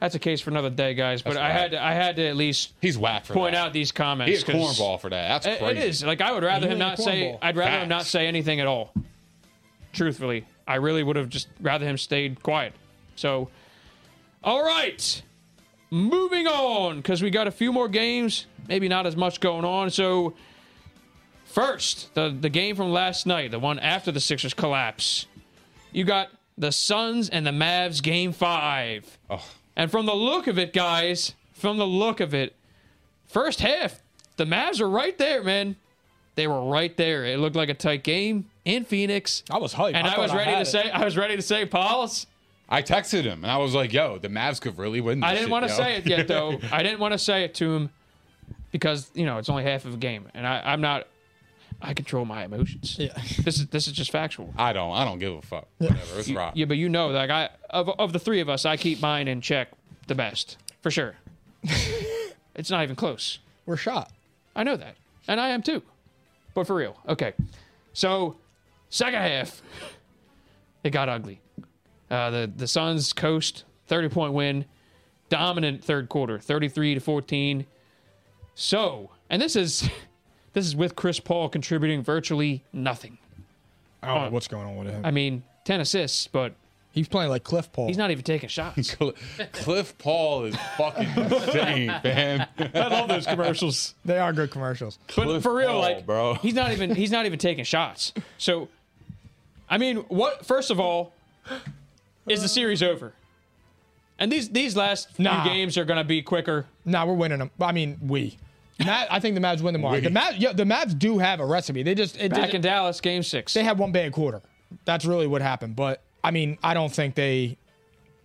Speaker 2: That's a case for another day, guys. But
Speaker 3: That's
Speaker 2: I
Speaker 3: whack.
Speaker 2: had to, I had to at least
Speaker 3: He's whack for
Speaker 2: point
Speaker 3: that.
Speaker 2: out these comments.
Speaker 3: He's a
Speaker 2: 'cause
Speaker 3: cornball for that. That's
Speaker 2: it-
Speaker 3: crazy.
Speaker 2: It is like I would rather
Speaker 1: He
Speaker 2: him
Speaker 1: is a
Speaker 2: not say.
Speaker 1: cornball.
Speaker 2: I'd rather him not
Speaker 3: Facts.
Speaker 2: say anything at all. Truthfully, I really would have just rather him stayed quiet. So, all right, moving on because we got a few more games. Maybe not as much going on. So, first, the the game from last night, the one after the Sixers collapse. You got the Suns and the Mavs game five. And from the look of it, guys, from the look of it, first half, the Mavs are right there, man. They were right there. It looked like a tight game in Phoenix.
Speaker 1: I was hyped.
Speaker 2: And I,
Speaker 1: thought
Speaker 2: was ready
Speaker 1: had
Speaker 2: to
Speaker 1: it.
Speaker 2: say, I was ready to say, Pauls.
Speaker 3: I texted him and I was like, "Yo, the Mavs could really win." This
Speaker 2: I didn't
Speaker 3: shit,
Speaker 2: want to
Speaker 3: yo.
Speaker 2: say it yet, though. I didn't want to say it to him because you know it's only half of a game, and I, I'm not. I control my emotions.
Speaker 1: Yeah.
Speaker 2: This is this is just factual.
Speaker 3: I don't. I don't give a fuck. Whatever. It's rock.
Speaker 2: Yeah, but you know, like I of of the three of us, I keep mine in check the best for sure. it's not even close.
Speaker 1: We're shot.
Speaker 2: I know that. And I am too. But for real. Okay. So, second half, it got ugly. Uh, the, the Suns coast, 30 point win, dominant third quarter, 33 to 14. So, and this is this is with Chris Paul contributing virtually nothing.
Speaker 1: I don't know what's going on with him.
Speaker 2: I mean, 10 assists, but
Speaker 1: He's playing like Cliff Paul.
Speaker 2: he's not even taking shots.
Speaker 3: Cl- Cliff Paul is fucking insane, man.
Speaker 2: I love those commercials.
Speaker 1: They are good commercials.
Speaker 2: But
Speaker 3: Cliff
Speaker 2: for real,
Speaker 3: Paul,
Speaker 2: like,
Speaker 3: bro.
Speaker 2: he's not even he's not even taking shots. So, I mean, what? First of all, is the series over? And these these last
Speaker 1: Nah.
Speaker 2: few games are gonna be quicker.
Speaker 1: Nah, we're winning them. I mean, we. Ma- I think the Mavs win tomorrow. The Mavs, yeah, the Mavs do have a recipe. They just it
Speaker 2: Back
Speaker 1: didn't-
Speaker 2: in Dallas, game six.
Speaker 1: they had one bad quarter. That's really what happened. But I mean, I don't think they.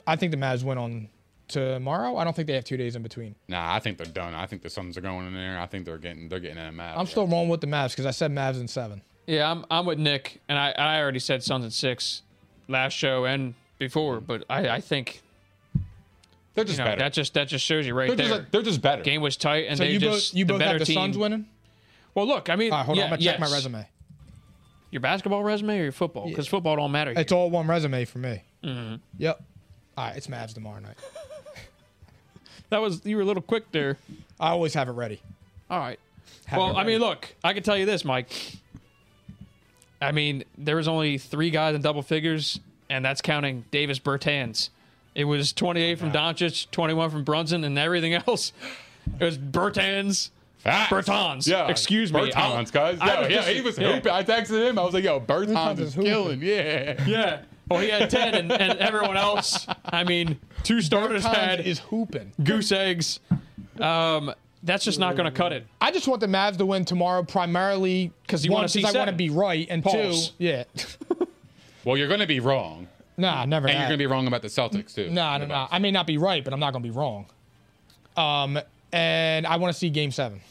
Speaker 1: I think the Mavs went on tomorrow. I don't think they have two days in between.
Speaker 3: Nah, I think they're done. I think the Suns are going in there. I think they're getting they're getting in a match.
Speaker 1: I'm still rolling with the Mavs because I said Mavs in seven.
Speaker 2: yeah, I'm I'm with Nick, and I I already said Suns and six last show and before, but I I think
Speaker 3: They're just
Speaker 2: you know,
Speaker 3: better.
Speaker 2: that just that just shows you right
Speaker 3: they're
Speaker 2: there.
Speaker 3: just they're just better.
Speaker 2: game was tight, and
Speaker 1: So
Speaker 2: they
Speaker 1: you
Speaker 2: just
Speaker 1: both you
Speaker 2: the
Speaker 1: both
Speaker 2: better
Speaker 1: have the
Speaker 2: team.
Speaker 1: Suns winning.
Speaker 2: Well, look, I mean,
Speaker 1: All right, hold
Speaker 2: yeah,
Speaker 1: on. I'm gonna check my
Speaker 2: yes.
Speaker 1: resume.
Speaker 2: Your basketball resume or your football? Because football don't matter.
Speaker 1: It's all one resume for me.
Speaker 2: Mm-hmm.
Speaker 1: Yep. All right, it's Mavs tomorrow night.
Speaker 2: that was you were a little quick there.
Speaker 1: I always have it ready.
Speaker 2: All right.
Speaker 1: Have
Speaker 2: well,
Speaker 1: it
Speaker 2: I mean,
Speaker 1: ready.
Speaker 2: look, I can tell you this, Mike. I mean, there was only three guys in double figures, and that's counting Davis Bertans. It was 28 from Doncic, 21 from Brunson, and everything else. It was Bertans.
Speaker 3: Facts.
Speaker 2: Bertans.
Speaker 3: Yeah.
Speaker 2: Excuse me. I'll-
Speaker 3: Bertans, guys.
Speaker 2: I
Speaker 3: Yo,
Speaker 2: was
Speaker 3: yeah,
Speaker 2: just-
Speaker 3: he was
Speaker 2: yeah.
Speaker 3: hooping. I texted him. I was like, yo, Bertans
Speaker 1: is
Speaker 3: is
Speaker 1: hooping.
Speaker 3: killing. Yeah.
Speaker 2: Yeah. Well, he had 10, and, and everyone else, I mean, two starters
Speaker 1: Times
Speaker 2: had
Speaker 1: is hooping.
Speaker 2: goose eggs. Um, that's just not going to cut it.
Speaker 1: I just want the Mavs to win tomorrow primarily because
Speaker 2: you wanna
Speaker 1: one,
Speaker 2: see
Speaker 1: because I want to
Speaker 2: seven.
Speaker 1: be right, and
Speaker 2: Pause.
Speaker 1: two, yeah,
Speaker 3: Well, you're gonna be wrong,
Speaker 1: nah, never.
Speaker 3: and
Speaker 1: that.
Speaker 3: you're gonna be wrong about the Celtics too.
Speaker 1: Nah, no, no. I may not be right, but I'm not gonna be wrong. Um, and I want to see Game Seven.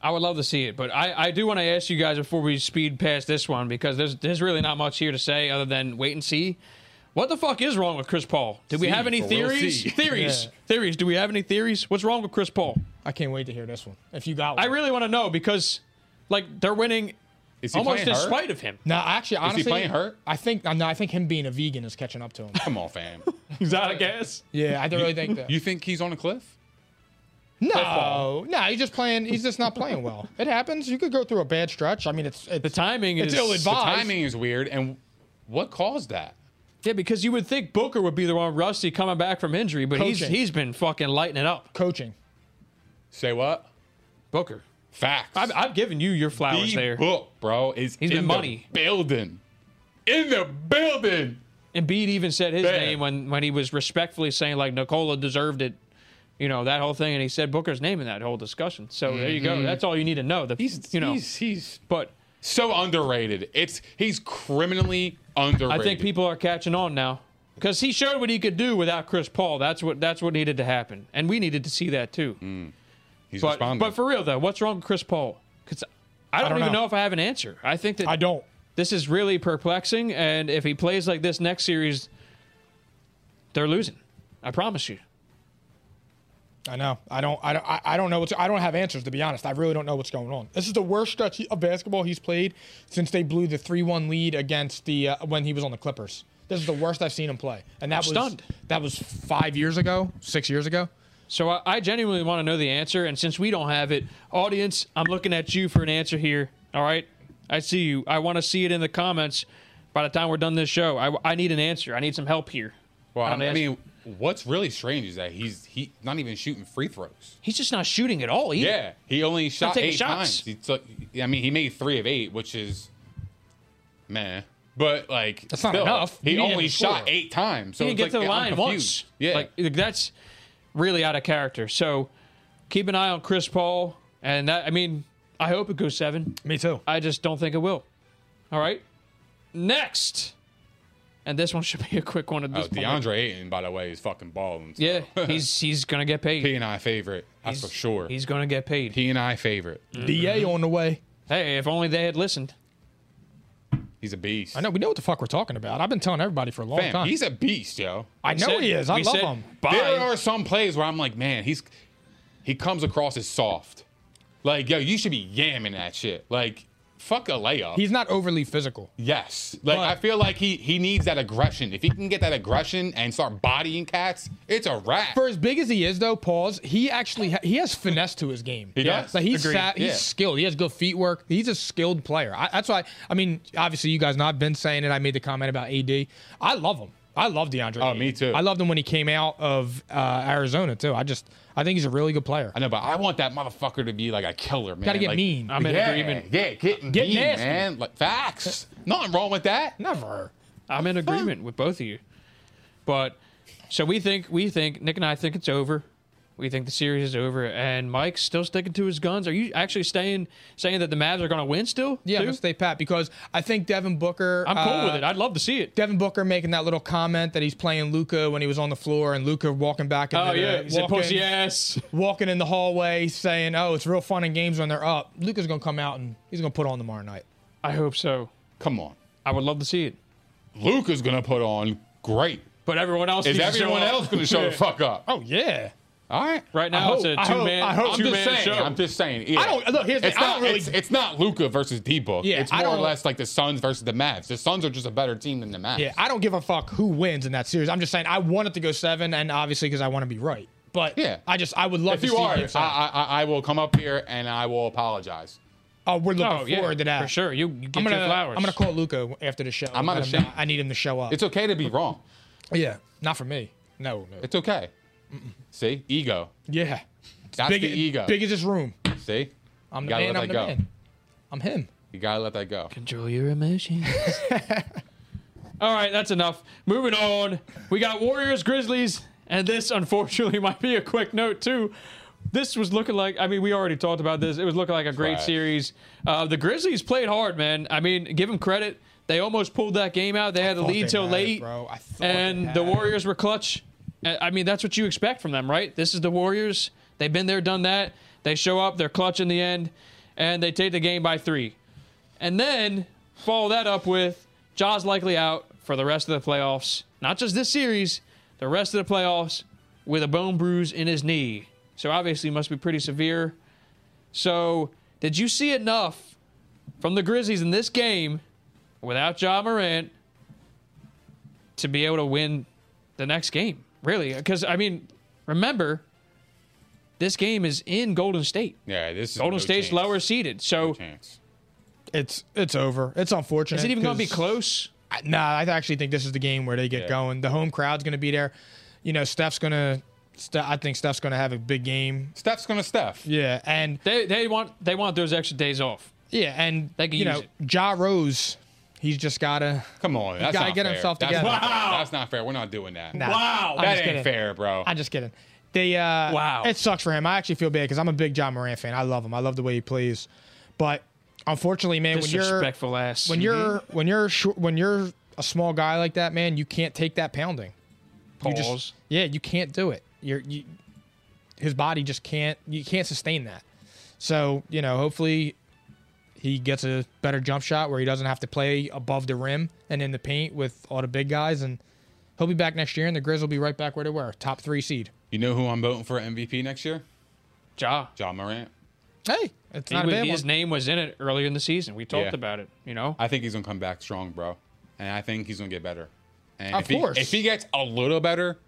Speaker 2: I would love to see it, but I, I do want to ask you guys before we speed past this one because there's there's really not much here to say other than wait and see. What the fuck is wrong with Chris Paul? Do we
Speaker 3: See,
Speaker 2: have any
Speaker 3: but we'll
Speaker 2: theories?
Speaker 3: see.
Speaker 2: Theories,
Speaker 1: Yeah.
Speaker 2: theories. Do we have any theories? What's wrong with Chris Paul?
Speaker 1: I can't wait to hear this one. If you got one,
Speaker 2: I really want to know because, like, they're winning
Speaker 3: Is he
Speaker 2: almost
Speaker 3: playing
Speaker 2: in
Speaker 3: hurt?
Speaker 2: spite of him.
Speaker 1: No, actually, honestly,
Speaker 3: playing hurt?
Speaker 1: I think no, I think him being a vegan is catching up to him.
Speaker 3: Come on, fam.
Speaker 2: He's out of gas.
Speaker 1: yeah, I don't really think that.
Speaker 3: You think he's on a cliff?
Speaker 1: no, no, he's just playing. He's just not playing well. It happens. You could go through a bad stretch. I mean, it's it's
Speaker 2: The timing
Speaker 1: It's
Speaker 2: is
Speaker 1: ill-advised.
Speaker 3: The
Speaker 1: Five.
Speaker 3: timing is weird, and what caused that?
Speaker 2: Yeah, because you would think Booker would be the one rusty coming back from injury, but he's
Speaker 1: Coaching.
Speaker 2: he's been fucking lighting it up.
Speaker 1: coaching.
Speaker 3: Say what?
Speaker 2: Booker,
Speaker 3: Facts.
Speaker 2: I'm, I'm giving you your flowers
Speaker 3: the
Speaker 2: there.
Speaker 3: book, bro, is
Speaker 2: He's
Speaker 3: in
Speaker 2: been
Speaker 3: the
Speaker 2: money.
Speaker 3: building. In the building.
Speaker 2: Embiid even said his
Speaker 3: Bad.
Speaker 2: name when, when he was respectfully saying like Nicola deserved it, you know that whole thing, and he said Booker's name in that whole discussion. So there you go. That's all you need to know. The,
Speaker 3: He's
Speaker 2: you know,
Speaker 3: he's, he's
Speaker 2: but
Speaker 3: so underrated. It's he's criminally underrated.
Speaker 2: I think people are catching on now because he showed what he could do without Chris Paul. That's what that's what needed to happen, and we needed to see that too.
Speaker 3: he's
Speaker 2: but
Speaker 3: responding.
Speaker 2: but for real though, what's wrong with Chris Paul? Because I don't,
Speaker 1: don't
Speaker 2: even know.
Speaker 1: know.
Speaker 2: if I have an answer. I think that
Speaker 1: I don't.
Speaker 2: This is really perplexing, and if he plays like this next series, they're losing. I promise you.
Speaker 1: I know. I don't. I don't. I I don't know what's. I don't have answers to be honest. I really don't know what's going on. This is the worst stretch of basketball he's played since they blew the three-one lead against the uh, when he was on the Clippers. This is the worst I've seen him play, and that was
Speaker 2: stunned.
Speaker 1: that was five years ago, six years ago.
Speaker 2: So I, I genuinely want to know the answer, and since we don't have it, audience, I'm looking at you for an answer here. All right, I see you. I want to see it in the comments. By the time we're done this show, I, I need an answer. I need some help here.
Speaker 3: Well,
Speaker 2: Not an
Speaker 3: I
Speaker 2: answer.
Speaker 3: mean, what's really strange is that he's he not even shooting free throws.
Speaker 2: he's just not shooting at all. Either.
Speaker 3: Yeah, he only shot
Speaker 2: taking
Speaker 3: eight
Speaker 2: shots.
Speaker 3: times. He took, I mean, he made three of eight, which is meh. But like,
Speaker 1: That's not enough.
Speaker 3: He
Speaker 1: You need him
Speaker 3: only
Speaker 1: to
Speaker 3: shot
Speaker 1: score.
Speaker 3: eight times. So
Speaker 2: he
Speaker 3: it's
Speaker 2: didn't get
Speaker 3: like,
Speaker 2: to the
Speaker 3: yeah, I'm
Speaker 2: line
Speaker 3: confused.
Speaker 2: once.
Speaker 3: Yeah,
Speaker 2: like, like, that's really out of character. So keep an eye on Chris Paul, and that I mean, I hope it goes seven.
Speaker 1: Me too.
Speaker 2: I just don't think it will. All right, next, and this one should be a quick one at
Speaker 3: oh,
Speaker 2: this point.
Speaker 3: DeAndre Ayton, by the way, is fucking balling.
Speaker 2: Yeah, he's he's gonna get paid.
Speaker 3: P and I favorite. That's for sure.
Speaker 2: He's Mm. gonna get paid.
Speaker 3: P and I favorite. Mm-hmm.
Speaker 1: DA on the way.
Speaker 2: Hey, if only they had listened.
Speaker 3: He's a beast.
Speaker 1: I know we know what the fuck we're talking about. I've been telling everybody for a long
Speaker 3: Fam,
Speaker 1: time.
Speaker 3: he's a beast, yo.
Speaker 1: I know
Speaker 2: said-
Speaker 1: he is. I
Speaker 2: we
Speaker 1: love
Speaker 2: said-
Speaker 1: him.
Speaker 2: Bye.
Speaker 3: There are some plays where I'm like, man, he's he comes across as soft. Like, yo, you should be yamming that shit. Like, fuck a layup.
Speaker 1: He's not overly physical.
Speaker 3: yes. Like,
Speaker 1: But-
Speaker 3: I feel like he he needs that aggression. If he can get that aggression and start bodying cats, it's a wrap.
Speaker 1: For as big as he is, though, pause. He actually ha- he has finesse to his game.
Speaker 3: He Yeah. does.
Speaker 1: Like he's
Speaker 3: Agreed.
Speaker 1: sat, he's
Speaker 3: Yeah.
Speaker 1: skilled. He has good feet work. He's a skilled player. I, that's why. I mean, obviously, you guys know I've been saying it. I made the comment about AD. I love him. I love DeAndre.
Speaker 3: Oh,
Speaker 1: Ayton.
Speaker 3: me too.
Speaker 1: I loved him when he came out of uh, Arizona too. I just I think he's a really good player.
Speaker 3: I know, but I want that motherfucker to be like a killer, man.
Speaker 1: Gotta get
Speaker 3: Like,
Speaker 1: mean.
Speaker 2: I'm in
Speaker 3: yeah,
Speaker 2: agreement.
Speaker 3: Yeah, get,
Speaker 1: Get
Speaker 3: mean,
Speaker 1: nasty.
Speaker 3: man. Like, facts. Nothing wrong with that.
Speaker 1: Never.
Speaker 2: I'm in agreement with both of you. But so we think we think Nick and I think it's over. We think the series is over, and Mike's still sticking to his guns. Are you actually staying saying that the Mavs are going to win still?
Speaker 1: Yeah, I'm
Speaker 2: too?
Speaker 1: gonna stay pat because I think Devin Booker.
Speaker 2: I'm cool
Speaker 1: uh,
Speaker 2: with it. I'd love to see it.
Speaker 1: Devin Booker making that little comment that he's playing Luca when he was on the floor and Luca walking back. into
Speaker 2: Oh
Speaker 1: the-
Speaker 2: yeah, he's a
Speaker 1: walking-
Speaker 2: pussy ass.
Speaker 1: walking in the hallway saying, "Oh, it's real fun and games when they're up." Luca's gonna come out and he's gonna put on tomorrow night.
Speaker 2: I hope so.
Speaker 3: Come on.
Speaker 2: I would love to see it.
Speaker 3: Luca's gonna put on great.
Speaker 2: But everyone else
Speaker 3: Is
Speaker 2: needs to show
Speaker 3: everyone
Speaker 2: up.
Speaker 3: else gonna show the fuck up?
Speaker 1: Oh yeah.
Speaker 3: All right.
Speaker 2: Right now,
Speaker 1: hope-
Speaker 2: it's a
Speaker 1: I hope-
Speaker 2: two man,
Speaker 1: I hope-
Speaker 3: I'm
Speaker 2: two
Speaker 3: just
Speaker 2: man
Speaker 3: saying.
Speaker 2: show.
Speaker 3: I'm just saying. Yeah.
Speaker 1: I don't- look, here's the
Speaker 3: it's
Speaker 1: thing, I
Speaker 3: not,
Speaker 1: don't really-
Speaker 3: It's, it's not Luca versus D-Book.
Speaker 1: Yeah,
Speaker 3: it's
Speaker 1: I
Speaker 3: more or
Speaker 1: don't-
Speaker 3: less like the Suns versus the Mavs. The Suns are just a better team than the Mavs.
Speaker 1: Yeah, I don't give a fuck who wins in that series. I'm just saying I want it to go seven, and obviously because I want to be right. But
Speaker 3: Yeah.
Speaker 1: I just I would love
Speaker 3: if
Speaker 1: to
Speaker 3: you
Speaker 1: see
Speaker 3: are, uh,
Speaker 1: Game
Speaker 3: I,
Speaker 1: seven.
Speaker 3: I, I- I will come up here and I will apologize.
Speaker 1: oh, we're looking
Speaker 2: oh yeah,
Speaker 1: forward to that
Speaker 2: for sure. You, you get
Speaker 1: I'm
Speaker 2: your
Speaker 1: gonna
Speaker 2: flowers.
Speaker 1: I'm gonna call Luca after the show.
Speaker 3: I'm not
Speaker 1: Let him know-
Speaker 3: ashamed.
Speaker 1: I need him to show up.
Speaker 3: It's okay to be wrong.
Speaker 1: yeah, not for me. No, no.
Speaker 3: It's okay. See, ego.
Speaker 1: yeah,
Speaker 3: That's
Speaker 1: big
Speaker 3: the ego.
Speaker 1: Big as this room.
Speaker 3: See,
Speaker 1: I'm
Speaker 3: you gotta
Speaker 1: the man.
Speaker 3: let
Speaker 1: I'm
Speaker 3: that
Speaker 1: the
Speaker 3: go.
Speaker 1: man. I'm him.
Speaker 3: You gotta let that go.
Speaker 2: Control your emotions. All right, that's enough. Moving on. We got Warriors, Grizzlies, and this unfortunately might be a quick note too. This was looking like, I mean, we already talked about this. It was looking like a great
Speaker 3: Trash.
Speaker 2: series. Uh, the Grizzlies played hard, man. I mean, give them credit. They almost pulled that game out. They had the
Speaker 1: thought
Speaker 2: lead
Speaker 1: they
Speaker 2: till
Speaker 1: had it,
Speaker 2: late.
Speaker 1: bro. I thought they
Speaker 2: and
Speaker 1: had
Speaker 2: the
Speaker 1: it.
Speaker 2: Warriors were clutch. Uh, I mean, that's what you expect from them, right? This is the Warriors. They've been there, done that. They show up, they're clutch in the end, and they take the game by three. And then follow that up with Jaws likely out for the rest of the playoffs. Not just this series, the rest of the playoffs with a bone bruise in his knee. So obviously must be pretty severe. So did you see enough from the Grizzlies in this game without Ja Morant to be able to win the next game? Really? Because I mean, remember, this game is in Golden State.
Speaker 3: Yeah, this is
Speaker 2: Golden
Speaker 3: no
Speaker 2: State's
Speaker 3: chance.
Speaker 2: lower seeded. So
Speaker 3: No chance.
Speaker 1: It's it's over. It's unfortunate.
Speaker 2: is it even going to be
Speaker 1: 'cause-
Speaker 2: close?
Speaker 1: I- Nah, I actually think this is the game where they get
Speaker 3: Yeah.
Speaker 1: going. The home crowd's going to be there. You know, Steph's going to. Steph, I think Steph's going to have a big game.
Speaker 3: Steph's gonna Steph.
Speaker 1: Yeah, and
Speaker 2: They they want they want those extra days off.
Speaker 1: yeah, and
Speaker 2: They can
Speaker 1: you
Speaker 2: use
Speaker 1: know,
Speaker 2: it.
Speaker 1: Ja Rose, he's just got to.
Speaker 3: Come on, that's
Speaker 1: gotta
Speaker 3: not
Speaker 1: get
Speaker 3: fair.
Speaker 1: himself
Speaker 3: That's
Speaker 1: together.
Speaker 3: not fair.
Speaker 2: Wow.
Speaker 3: that's not fair. We're not doing that.
Speaker 1: Nah,
Speaker 2: Wow.
Speaker 1: I'm
Speaker 3: that
Speaker 1: just
Speaker 3: ain't
Speaker 1: kidding.
Speaker 3: fair, bro.
Speaker 1: I'm just kidding. They uh,
Speaker 2: Wow.
Speaker 1: it sucks for him. I actually feel bad because I'm a big John Moran fan. I love him. I love the way he plays, but unfortunately, man, when you're
Speaker 2: Disrespectful ass. Mm-hmm.
Speaker 1: when you're when you're short, when you're a small guy like that, man, you can't take that pounding. You just-
Speaker 2: Pause.
Speaker 1: yeah, you can't do it. You're you, his body just can't. You can't sustain that. So you know, hopefully, he gets a better jump shot where he doesn't have to play above the rim and in the paint with all the big guys, and he'll be back next year, and the Grizz will be right back where they were, top three seed.
Speaker 3: you know who I'm voting for MVP next year?
Speaker 2: Ja.
Speaker 3: John Morant.
Speaker 1: Hey, it's
Speaker 2: He
Speaker 1: not a
Speaker 2: was-
Speaker 1: bad
Speaker 2: his
Speaker 1: one.
Speaker 2: name was in it earlier in the season. We talked
Speaker 3: Yeah.
Speaker 2: about it. You know,
Speaker 3: I think he's gonna come back strong, bro. And I think he's gonna get better. And
Speaker 1: Of
Speaker 3: if he,
Speaker 1: course.
Speaker 3: if he gets a little better,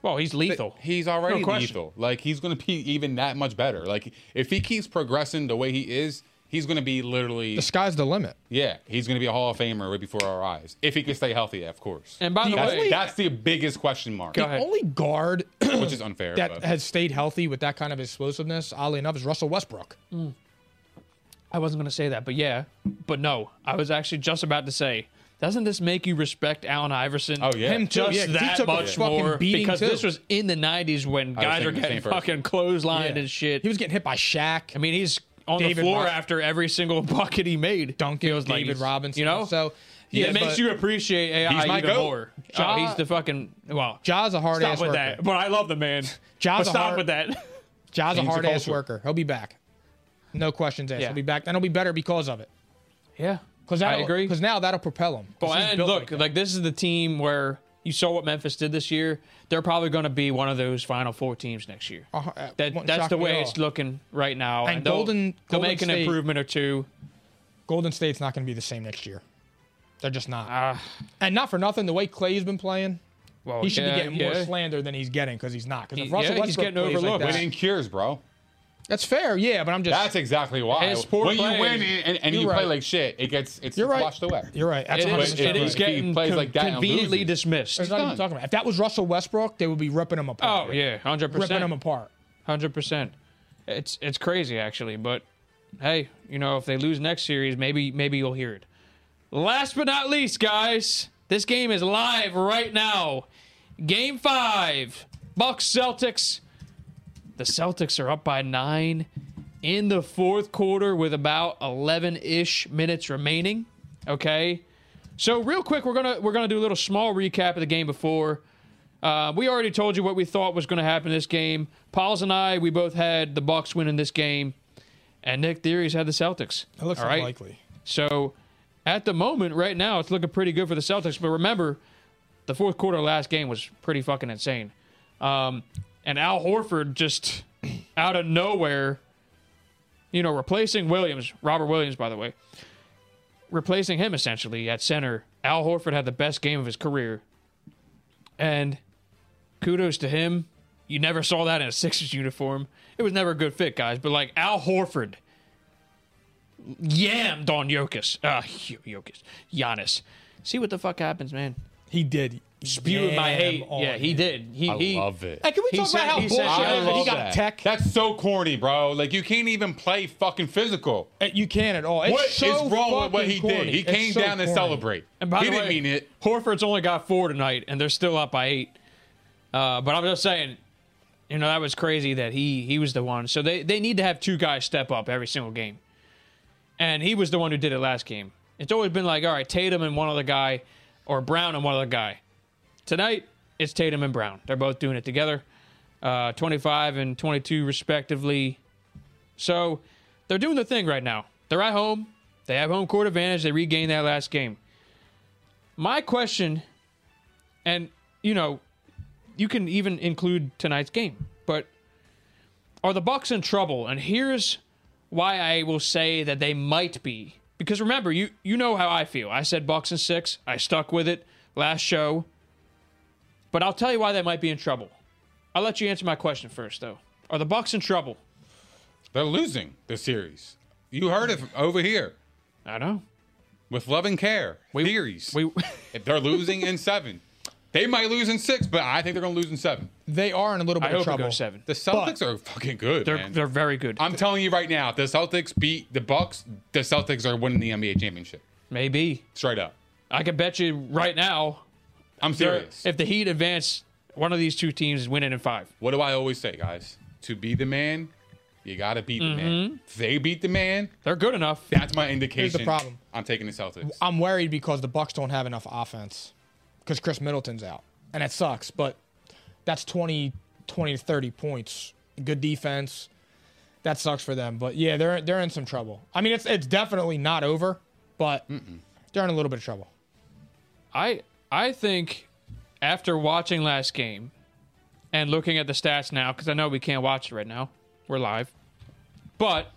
Speaker 2: well, he's lethal.
Speaker 3: he's already
Speaker 2: No question.
Speaker 3: lethal. Like he's gonna be even that much better. Like if he keeps progressing the way he is, He's going to be literally,
Speaker 1: The sky's the limit.
Speaker 3: yeah, he's going to be a Hall of Famer right before our eyes. If he can stay healthy, of course.
Speaker 2: And by the
Speaker 3: that's,
Speaker 2: way-
Speaker 3: that's the biggest question mark,
Speaker 2: Go
Speaker 1: The
Speaker 2: ahead.
Speaker 1: only guard
Speaker 3: which is unfair.
Speaker 1: that
Speaker 3: but.
Speaker 1: has stayed healthy with that kind of explosiveness, oddly enough, is Russell Westbrook.
Speaker 2: I wasn't going to say that, but yeah. But no, I was actually just about to say, doesn't this make you respect Allen Iverson?
Speaker 3: Oh, yeah. Him
Speaker 1: too,
Speaker 2: Just
Speaker 1: yeah, 'cause he
Speaker 2: that
Speaker 1: took a
Speaker 2: much
Speaker 1: fucking
Speaker 2: more
Speaker 1: beating,
Speaker 2: because
Speaker 1: too.
Speaker 2: this was in the 90s when guys were
Speaker 3: thinking the
Speaker 2: getting
Speaker 3: same person.
Speaker 2: fucking clotheslined
Speaker 1: Yeah.
Speaker 2: and shit.
Speaker 1: He was getting hit by Shaq.
Speaker 2: I mean, he's on
Speaker 1: David
Speaker 2: the floor
Speaker 1: Ro-
Speaker 2: after every single bucket he made.
Speaker 1: Duncan,
Speaker 2: Feels like
Speaker 1: David
Speaker 2: he's-
Speaker 1: Robinson.
Speaker 2: You know?
Speaker 1: so
Speaker 2: Yeah,
Speaker 1: yeah,
Speaker 2: it makes
Speaker 1: but
Speaker 2: you appreciate AI
Speaker 3: He's my
Speaker 2: even
Speaker 3: goat.
Speaker 2: more.
Speaker 1: Ja-
Speaker 2: oh, he's the fucking well.
Speaker 1: Ja's a hard
Speaker 2: stop
Speaker 1: ass
Speaker 2: with
Speaker 1: worker.
Speaker 2: that. But I love the man.
Speaker 1: Ja's
Speaker 2: But
Speaker 1: a
Speaker 2: stop
Speaker 1: hard-
Speaker 2: with that.
Speaker 1: Ja's a
Speaker 3: Change the
Speaker 1: hard ass
Speaker 3: culture.
Speaker 1: worker. He'll be back. No questions asked.
Speaker 2: Yeah.
Speaker 1: He'll be back, and he'll be better because of it.
Speaker 2: Yeah,
Speaker 1: Because
Speaker 2: I agree.
Speaker 1: Because now that'll propel him. 'Cause
Speaker 2: Well,
Speaker 1: he's
Speaker 2: and
Speaker 1: built
Speaker 2: look, like,
Speaker 1: that.
Speaker 2: this is the team where you saw what Memphis did this year. They're probably going to be one of those Final Four teams next year.
Speaker 1: Uh-huh, uh,
Speaker 2: That,
Speaker 1: wouldn't
Speaker 2: that's
Speaker 1: shock
Speaker 2: the
Speaker 1: me at
Speaker 2: way
Speaker 1: all.
Speaker 2: it's looking right now.
Speaker 1: And
Speaker 2: they'll-
Speaker 1: Golden-
Speaker 2: they'll
Speaker 1: Golden
Speaker 2: make an
Speaker 1: State-
Speaker 2: improvement or two.
Speaker 1: Golden State's not going to be the same next year. They're just not. and not for nothing, the way Clay's been playing,
Speaker 2: Well,
Speaker 1: he should
Speaker 2: yeah,
Speaker 1: be getting
Speaker 2: yeah.
Speaker 1: more slander than he's getting because he's not. Because
Speaker 2: He-
Speaker 1: if Russell
Speaker 2: yeah, he's
Speaker 1: Westbrook
Speaker 2: getting
Speaker 1: plays like
Speaker 2: overlooked.
Speaker 1: that-
Speaker 3: Winning cures, bro.
Speaker 1: that's fair, yeah. But I'm just.
Speaker 3: That's exactly why.
Speaker 2: His poor
Speaker 3: when
Speaker 2: play-
Speaker 3: you win and, and, and
Speaker 1: You're
Speaker 3: you play
Speaker 1: right.
Speaker 3: like shit, it gets it's
Speaker 1: you're right.
Speaker 3: washed away.
Speaker 1: You're right. That's
Speaker 2: It is,
Speaker 1: 100%
Speaker 2: it
Speaker 3: But if
Speaker 2: is
Speaker 3: he
Speaker 1: right.
Speaker 2: getting
Speaker 3: plays
Speaker 2: con-
Speaker 3: like that and
Speaker 2: conveniently
Speaker 3: loses-
Speaker 2: dismissed.
Speaker 1: There's not even talking about. If that was Russell Westbrook, they would be ripping him apart.
Speaker 2: Oh yeah, hundred
Speaker 1: ripping him
Speaker 2: percent,
Speaker 1: apart.
Speaker 2: hundred percent. It's it's crazy actually, but hey, you know if they lose next series, maybe maybe you'll hear it. Last but not least, guys, this game is live right now. Game five, Bucks Celtics. The Celtics are up by nine in the fourth quarter with about eleven ish minutes remaining. Okay, so real quick, we're gonna we're gonna do a little small recap of the game before. Uh, we already told you what we thought was going to happen in this game. Pauls and I, we both had the Bucks winning this game, and Nick Theories had the Celtics.
Speaker 1: It looks
Speaker 2: All right?
Speaker 1: unlikely.
Speaker 2: So, at the moment, right now, it's looking pretty good for the Celtics. But remember, the fourth quarter last game was pretty fucking insane. Um, and Al Horford just out of nowhere, you know, replacing Williams, Robert Williams, by the way, replacing him essentially at center. Al Horford had the best game of his career. And kudos to him. You never saw that in a Sixers uniform. It was never a good fit, guys. But like Al Horford yammed on Jokic. Uh, Jokic. Giannis. See what the fuck happens, man.
Speaker 1: He did.
Speaker 2: Spewing my
Speaker 1: Damn
Speaker 2: hate.
Speaker 1: on
Speaker 2: Yeah, he
Speaker 1: him.
Speaker 2: did. He,
Speaker 3: I
Speaker 2: he-
Speaker 3: love it.
Speaker 1: Hey, can we
Speaker 2: He
Speaker 1: talk
Speaker 2: said-
Speaker 1: about how
Speaker 2: he
Speaker 1: bullshit
Speaker 2: said- I
Speaker 1: it is that he
Speaker 3: love
Speaker 1: got
Speaker 3: that.
Speaker 1: a tech?
Speaker 3: That's so corny, bro. Like you can't even play fucking physical.
Speaker 1: Uh, You can at all. It's
Speaker 3: what is
Speaker 1: so
Speaker 3: wrong with what
Speaker 1: fucking
Speaker 3: he
Speaker 1: corny.
Speaker 3: did? He
Speaker 1: It's
Speaker 3: came
Speaker 1: so
Speaker 3: down to
Speaker 1: corny.
Speaker 3: celebrate.
Speaker 2: And by
Speaker 3: he
Speaker 2: the
Speaker 3: didn't
Speaker 2: way,
Speaker 3: mean it.
Speaker 2: Horford's only got four tonight, and they're still up by eight. Uh, but I'm just saying, you know, that was crazy that he he was the one. So they they need to have two guys step up every single game, and he was the one who did it last game. It's always been like, all right, Tatum and one other guy, or Brown and one other guy. Tonight, it's Tatum and Brown. They're both doing it together, uh, 25 and 22 respectively. So they're doing the thing right now. They're at home. They have home court advantage. They regained that last game. My question, and you know, you can even include tonight's game, but are the Bucks in trouble? And here's why I will say that they might be. Because remember, you you know how I feel. I said Bucks and six. I stuck with it last show. But I'll tell you why they might be in trouble. I'll let you answer my question first, though. Are the Bucks in trouble?
Speaker 3: They're losing the series. You heard it from over here
Speaker 2: I know.
Speaker 3: with love and care. theories.
Speaker 2: We
Speaker 3: if they're losing in seven, they might lose in six, but I think they're gonna lose in seven.
Speaker 1: They are in a little
Speaker 2: I
Speaker 1: bit of
Speaker 2: hope it
Speaker 1: trouble.
Speaker 2: goes seven.
Speaker 3: The Celtics are fucking good.
Speaker 2: They're
Speaker 3: man.
Speaker 2: they're very good.
Speaker 3: I'm telling you right now, if the Celtics beat the Bucks, the Celtics are winning the NBA championship.
Speaker 2: Maybe
Speaker 3: Straight up.
Speaker 2: I could bet you right now
Speaker 3: I'm
Speaker 2: they're-
Speaker 3: serious.
Speaker 2: If the Heat advance, one of these two teams is winning in five.
Speaker 3: what do I always say, guys? To be the man, you gotta beat the man.
Speaker 2: Mm-hmm.
Speaker 3: If they beat the man,
Speaker 2: They're good enough.
Speaker 3: that's my indication.
Speaker 1: problem.
Speaker 3: I'm taking the Celtics.
Speaker 1: I'm worried because the Bucks don't have enough offense because Chris Middleton's out, and that sucks. But that's 20, 20 to 30 points. Good defense. That sucks for them. But yeah, they're they're in some trouble. I mean, it's it's definitely not over, but they're in a little bit of trouble.
Speaker 2: I I think after watching last game and looking at the stats now, because I know we can't watch it right now, we're live. But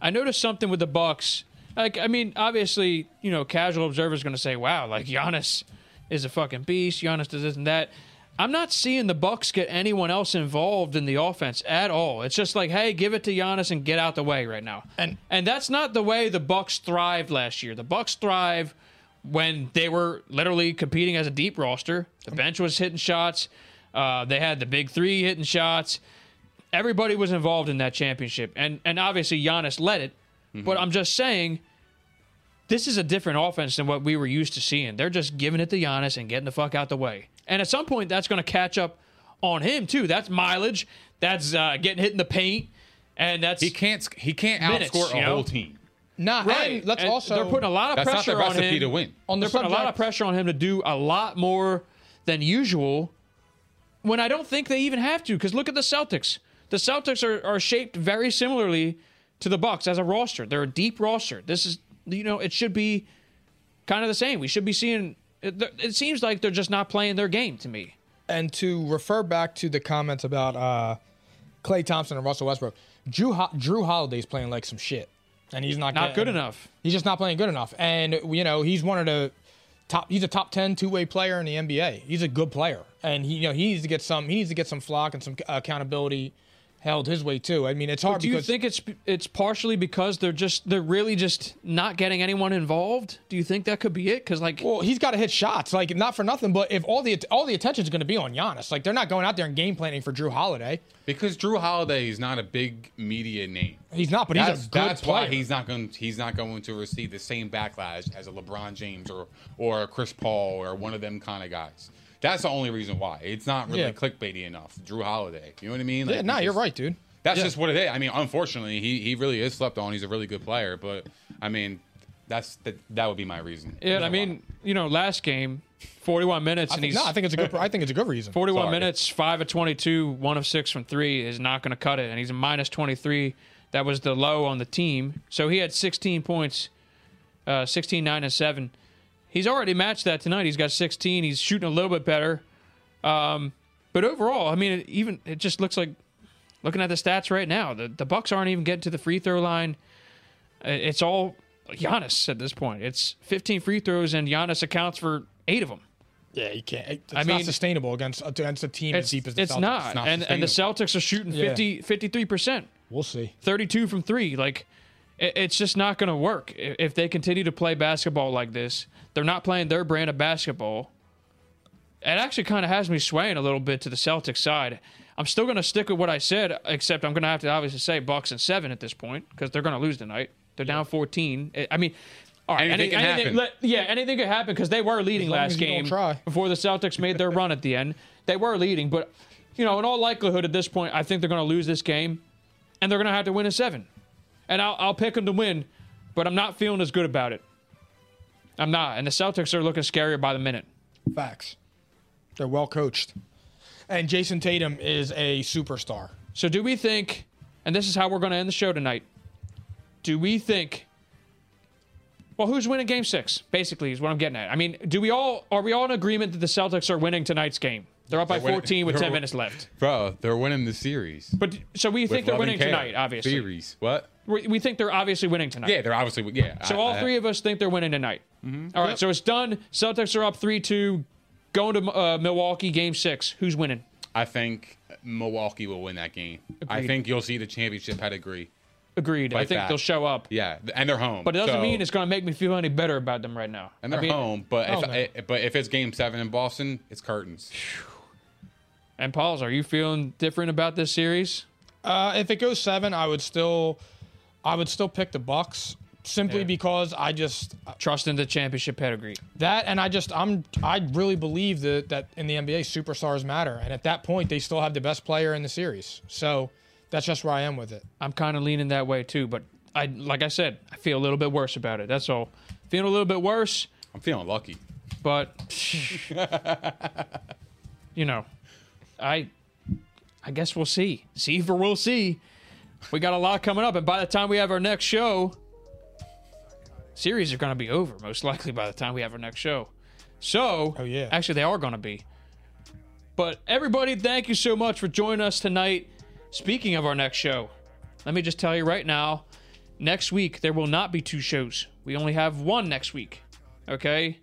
Speaker 2: I noticed something with the Bucks. Like I mean, obviously, you know, casual observers going to say, "Wow, like Giannis is a fucking beast. Giannis does this and that." I'm not seeing the Bucks get anyone else involved in the offense at all. It's just like, hey, give it to Giannis and get out the way right now.
Speaker 1: And-
Speaker 2: and that's not the way the Bucks thrived last year. The Bucks thrive when they were literally competing as a deep roster. The bench was hitting shots. Uh, they had the big three hitting shots. Everybody was involved in that championship, and and obviously Giannis led it. But I'm just saying this is a different offense than what we were used to seeing. They're just giving it to Giannis and getting the fuck out the way. And at some point, that's going to catch up on him too. That's mileage. That's uh, getting hit in the paint, and that's
Speaker 3: He can't. He can't
Speaker 2: Minutes,
Speaker 3: outscore
Speaker 2: you
Speaker 3: a
Speaker 2: know?
Speaker 3: whole team.
Speaker 1: Nah, hey, let's
Speaker 2: And
Speaker 1: also
Speaker 2: they're putting a lot of
Speaker 3: That's not
Speaker 2: pressure
Speaker 3: the
Speaker 2: on
Speaker 3: recipe
Speaker 2: him.
Speaker 3: to win.
Speaker 1: On the
Speaker 2: they're putting a lot of
Speaker 1: subject-
Speaker 2: pressure on him to do a lot more than usual. When I don't think they even have to, because look at the Celtics. The Celtics are, are shaped very similarly to the Bucks as a roster. They're a deep roster. This is you know it should be kind of the same. We should be seeing. It, it seems like they're just not playing their game to me.
Speaker 1: and to refer back to the comments about uh, Clay Thompson and Russell Westbrook, Drew, Ho- Drew Holiday's playing like some shit, and he's not
Speaker 2: Not
Speaker 1: getting-
Speaker 2: good enough.
Speaker 1: He's just not playing good enough, and you know he's one of the top. He's a top ten two way player in the NBA. He's a good player, and he you know he needs to get some. He needs to get some flock and some accountability held his way too. I mean, it's hard
Speaker 2: Do you
Speaker 1: because
Speaker 2: think it's it's partially because they're just they're really just not getting anyone involved? Do you think that could be it? Because like
Speaker 1: Well, he's got to hit shots, like not for nothing. But if all the all the attention is going to be on Giannis, like they're not going out there and game planning for Drew Holiday.
Speaker 3: Because Drew Holiday is not a big media name.
Speaker 1: He's not, but he's
Speaker 3: that's
Speaker 1: a good
Speaker 3: that's
Speaker 1: player.
Speaker 3: why he's not going. He's not going to receive the same backlash as a LeBron James or or a Chris Paul or one of them kind of guys. That's the only reason why. It's not really
Speaker 1: Yeah.
Speaker 3: clickbaity enough. Drew Holiday. You know what I mean?
Speaker 1: yeah,
Speaker 3: Like,
Speaker 1: nah,
Speaker 3: it's
Speaker 1: you're
Speaker 3: just-
Speaker 1: right, dude.
Speaker 3: That's
Speaker 1: Yeah.
Speaker 3: just what it is. I mean, unfortunately, he he really is slept on. He's a really good player, but I mean, that's that that would be my reason.
Speaker 2: Yeah, I mean, you know, last game, 41 minutes,
Speaker 1: I
Speaker 2: and
Speaker 1: think,
Speaker 2: he's
Speaker 1: no, I think it's a good. I think it's a good reason.
Speaker 2: 41
Speaker 3: Sorry.
Speaker 2: minutes, 5 of 22, 1 of 6 from 3 is not going to cut it. And he's a minus 23. That was the low on the team. So he had 16 points, uh, 16, 9, and 7. He's already matched that tonight. He's got 16. He's shooting a little bit better. Um, but overall, I mean, it even it just looks like looking at the stats right now, the, the Bucks aren't even getting to the free throw line. Uh, It's all Giannis at this point. It's 15 free throws, and Giannis accounts for eight of them.
Speaker 1: Yeah, you can't. It's
Speaker 2: I
Speaker 1: not
Speaker 2: mean-
Speaker 1: sustainable against against a team as
Speaker 2: It's,
Speaker 1: deep as the
Speaker 2: it's
Speaker 1: Celtics.
Speaker 2: not.
Speaker 3: It's not
Speaker 2: and and the Celtics are shooting
Speaker 1: Yeah.
Speaker 2: 50, 53%,
Speaker 1: We'll see.
Speaker 2: 32 from three. Like, it, it's just not going to work I- if they continue to play basketball like this. They're not playing their brand of basketball. It actually kind of has me swaying a little bit to the Celtics side. I'm still going to stick with what I said, except I'm going to have to obviously say Bucks and seven at this point because they're going to lose tonight. They're down 14. I- I mean, all right,
Speaker 3: Anything can happen.
Speaker 2: let- yeah, anything could happen because they were leading
Speaker 1: As long
Speaker 2: last
Speaker 1: as you don't
Speaker 2: game
Speaker 1: try.
Speaker 2: before the Celtics made their run at the end. They were leading, but you know, in all likelihood, at this point, I think they're going to lose this game, and they're going to have to win a seven. And I'll, I'll pick them to win, but I'm not feeling as good about it. I'm not, and the Celtics are looking scarier by the minute.
Speaker 1: Facts. They're well coached, and Jason Tatum is a superstar.
Speaker 2: So, do we think, and this is how we're going to end the show tonight, do we think, well, who's winning game six, basically, is what I'm getting at. I mean, do we all, are we all in agreement that the Celtics are winning tonight's game? They're up by
Speaker 3: They're winning-
Speaker 2: 14 with
Speaker 3: they're
Speaker 2: 10
Speaker 3: win-
Speaker 2: minutes left.
Speaker 3: bro, they're winning the series.
Speaker 2: But so we think they're winning tonight, obviously.
Speaker 3: Series. What?
Speaker 2: We, we think they're obviously winning tonight.
Speaker 3: Yeah, Mm-hmm. they're obviously. Yeah.
Speaker 2: So
Speaker 3: I-
Speaker 2: all
Speaker 3: I-
Speaker 2: three of us think they're winning tonight. All right, so it's done. Celtics are up 3 2, going to uh, Milwaukee game six. Who's winning?
Speaker 3: I think Milwaukee will win that game. I
Speaker 2: Agreed.
Speaker 3: think you'll see the championship pedigree.
Speaker 2: Agreed. I
Speaker 3: Fight
Speaker 2: think
Speaker 3: back.
Speaker 2: they'll show up.
Speaker 3: Yeah, th- and they're home.
Speaker 2: But it doesn't
Speaker 3: so-
Speaker 2: mean it's going to make me feel any better about them right now.
Speaker 3: And they're
Speaker 2: I mean-
Speaker 3: home. But
Speaker 1: Oh,
Speaker 3: if
Speaker 1: no.
Speaker 3: eh, but if it's game seven in Boston, it's curtains.
Speaker 2: And Pauls, are you feeling different about this series?
Speaker 1: Uh, if it goes seven, I would still, I would still pick the Bucks simply
Speaker 2: Yeah.
Speaker 1: because I just
Speaker 2: Trust in the championship pedigree.
Speaker 1: That and I just I'm I really believe that that in the NBA superstars matter, and at that point they still have the best player in the series. So that's just where I am with it.
Speaker 2: I'm kind of leaning that way too, but I like I said, I feel a little bit worse about it. That's all. Feeling a little bit worse,
Speaker 3: I'm feeling lucky.
Speaker 2: but you know, I I guess we'll see. See for we'll see. We got a lot coming up, and by the time we have our next show, series are going to be over most likely by the time we have our next show. So,
Speaker 1: Oh, yeah.
Speaker 2: actually, they are going to be. But everybody, thank you so much for joining us tonight. Speaking of our next show, let me just tell you right now, next week there will not be two shows. We only have one next week. Okay?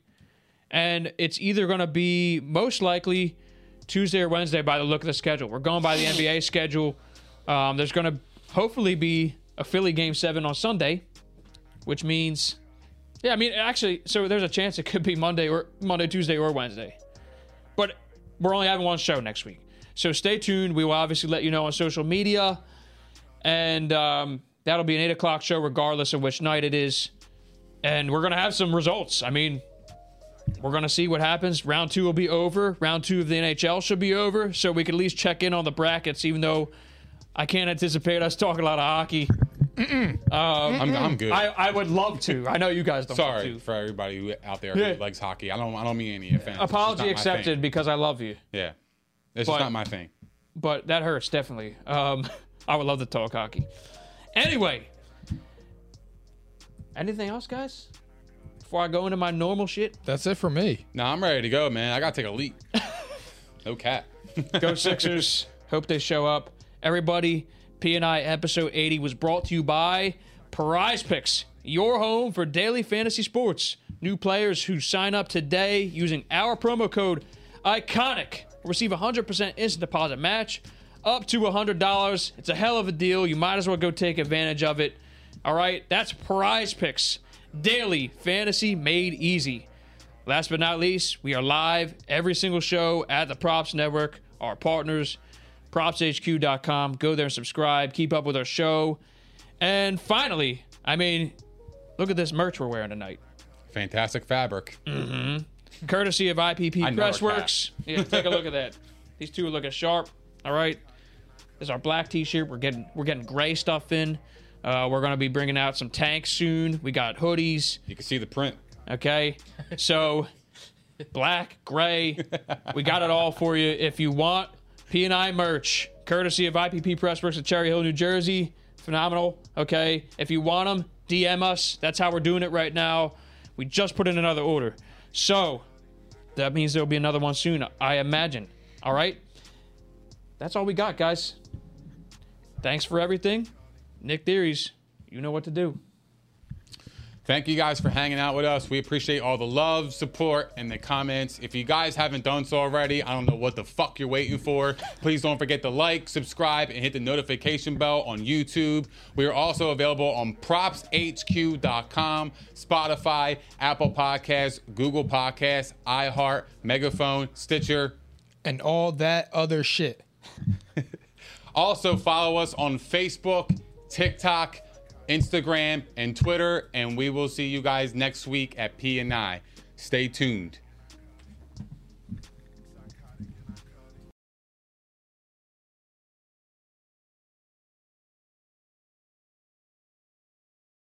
Speaker 2: And it's either going to be most likely Tuesday or Wednesday by the look of the schedule. We're going by the NBA schedule. Um, there's going to hopefully be a Philly game seven on Sunday, which means, yeah, I mean, actually, so there's a chance it could be Monday or Monday, Tuesday, or Wednesday. But we're only having one show next week. So stay tuned. We will obviously let you know on social media. And um, that'll be an eight o'clock show, regardless of which night it is. And we're going to have some results. I mean, we're going to see what happens. Round two will be over. Round two of the NHL should be over. So we can at least check in on the brackets, even though I can't anticipate us talking a lot of hockey.
Speaker 3: I'm, I'm good.
Speaker 2: I, I would love to. I know you guys don't want
Speaker 3: Sorry
Speaker 2: to.
Speaker 3: for everybody who out there
Speaker 2: Yeah.
Speaker 3: who likes hockey. I don't. I don't mean any offense. It's just not
Speaker 2: Apology
Speaker 3: my
Speaker 2: accepted
Speaker 3: thing.
Speaker 2: because I love you.
Speaker 3: Yeah, it's
Speaker 2: But-
Speaker 3: just not my thing.
Speaker 2: but that hurts definitely. Um, I would love to talk hockey. Anyway, anything else, guys? Before I go into my normal shit,
Speaker 1: That's it for me.
Speaker 3: No, I'm ready to go, man. I gotta take a leak. no cat.
Speaker 2: go Sixers. Hope they show up. Everybody, P and I episode 80 was brought to you by Prize Picks, your home for daily fantasy sports. New players who sign up today using our promo code ICONIC will receive a 100% instant deposit match up to $100. It's a hell of a deal. You might as well go take advantage of it. All right, that's Prize Picks, daily fantasy made easy. Last but not least, we are live every single show at the Props Network, our partners, propshq.com. Go there and subscribe, keep up with our show. And finally, I mean, look at this merch we're wearing tonight.
Speaker 3: Fantastic fabric.
Speaker 2: Courtesy of IPP
Speaker 3: I know our
Speaker 2: Pressworks. Yeah, take a look at that. These two are looking sharp. All right. This is our black t-shirt. We're getting we're getting gray stuff in. Uh, we're gonna be bringing out some tanks soon. We got hoodies.
Speaker 3: You can see the print.
Speaker 2: Okay. So black, gray, we got it all for you. If you want P and I merch, courtesy of IPP Pressworks at Cherry Hill, New Jersey, phenomenal. Okay. If you want them, DM us. That's how we're doing it right now. We just put in another order. So that means there'll be another one soon, I imagine. All right. That's all we got, guys. Thanks for everything. Nick Theories, you know what to do.
Speaker 3: Thank you guys for hanging out with us. We appreciate all the love, support, and the comments. If you guys haven't done so already, I don't know what the fuck you're waiting for. Please don't forget to like, subscribe, and hit the notification bell on YouTube. We are also available on propshq.com, Spotify, Apple Podcasts, Google Podcasts, iHeart, Megaphone, Stitcher,
Speaker 1: And all that other shit.
Speaker 3: Also, follow us on Facebook, TikTok, Instagram, and Twitter. And we will see you guys next week at P and I. Stay tuned.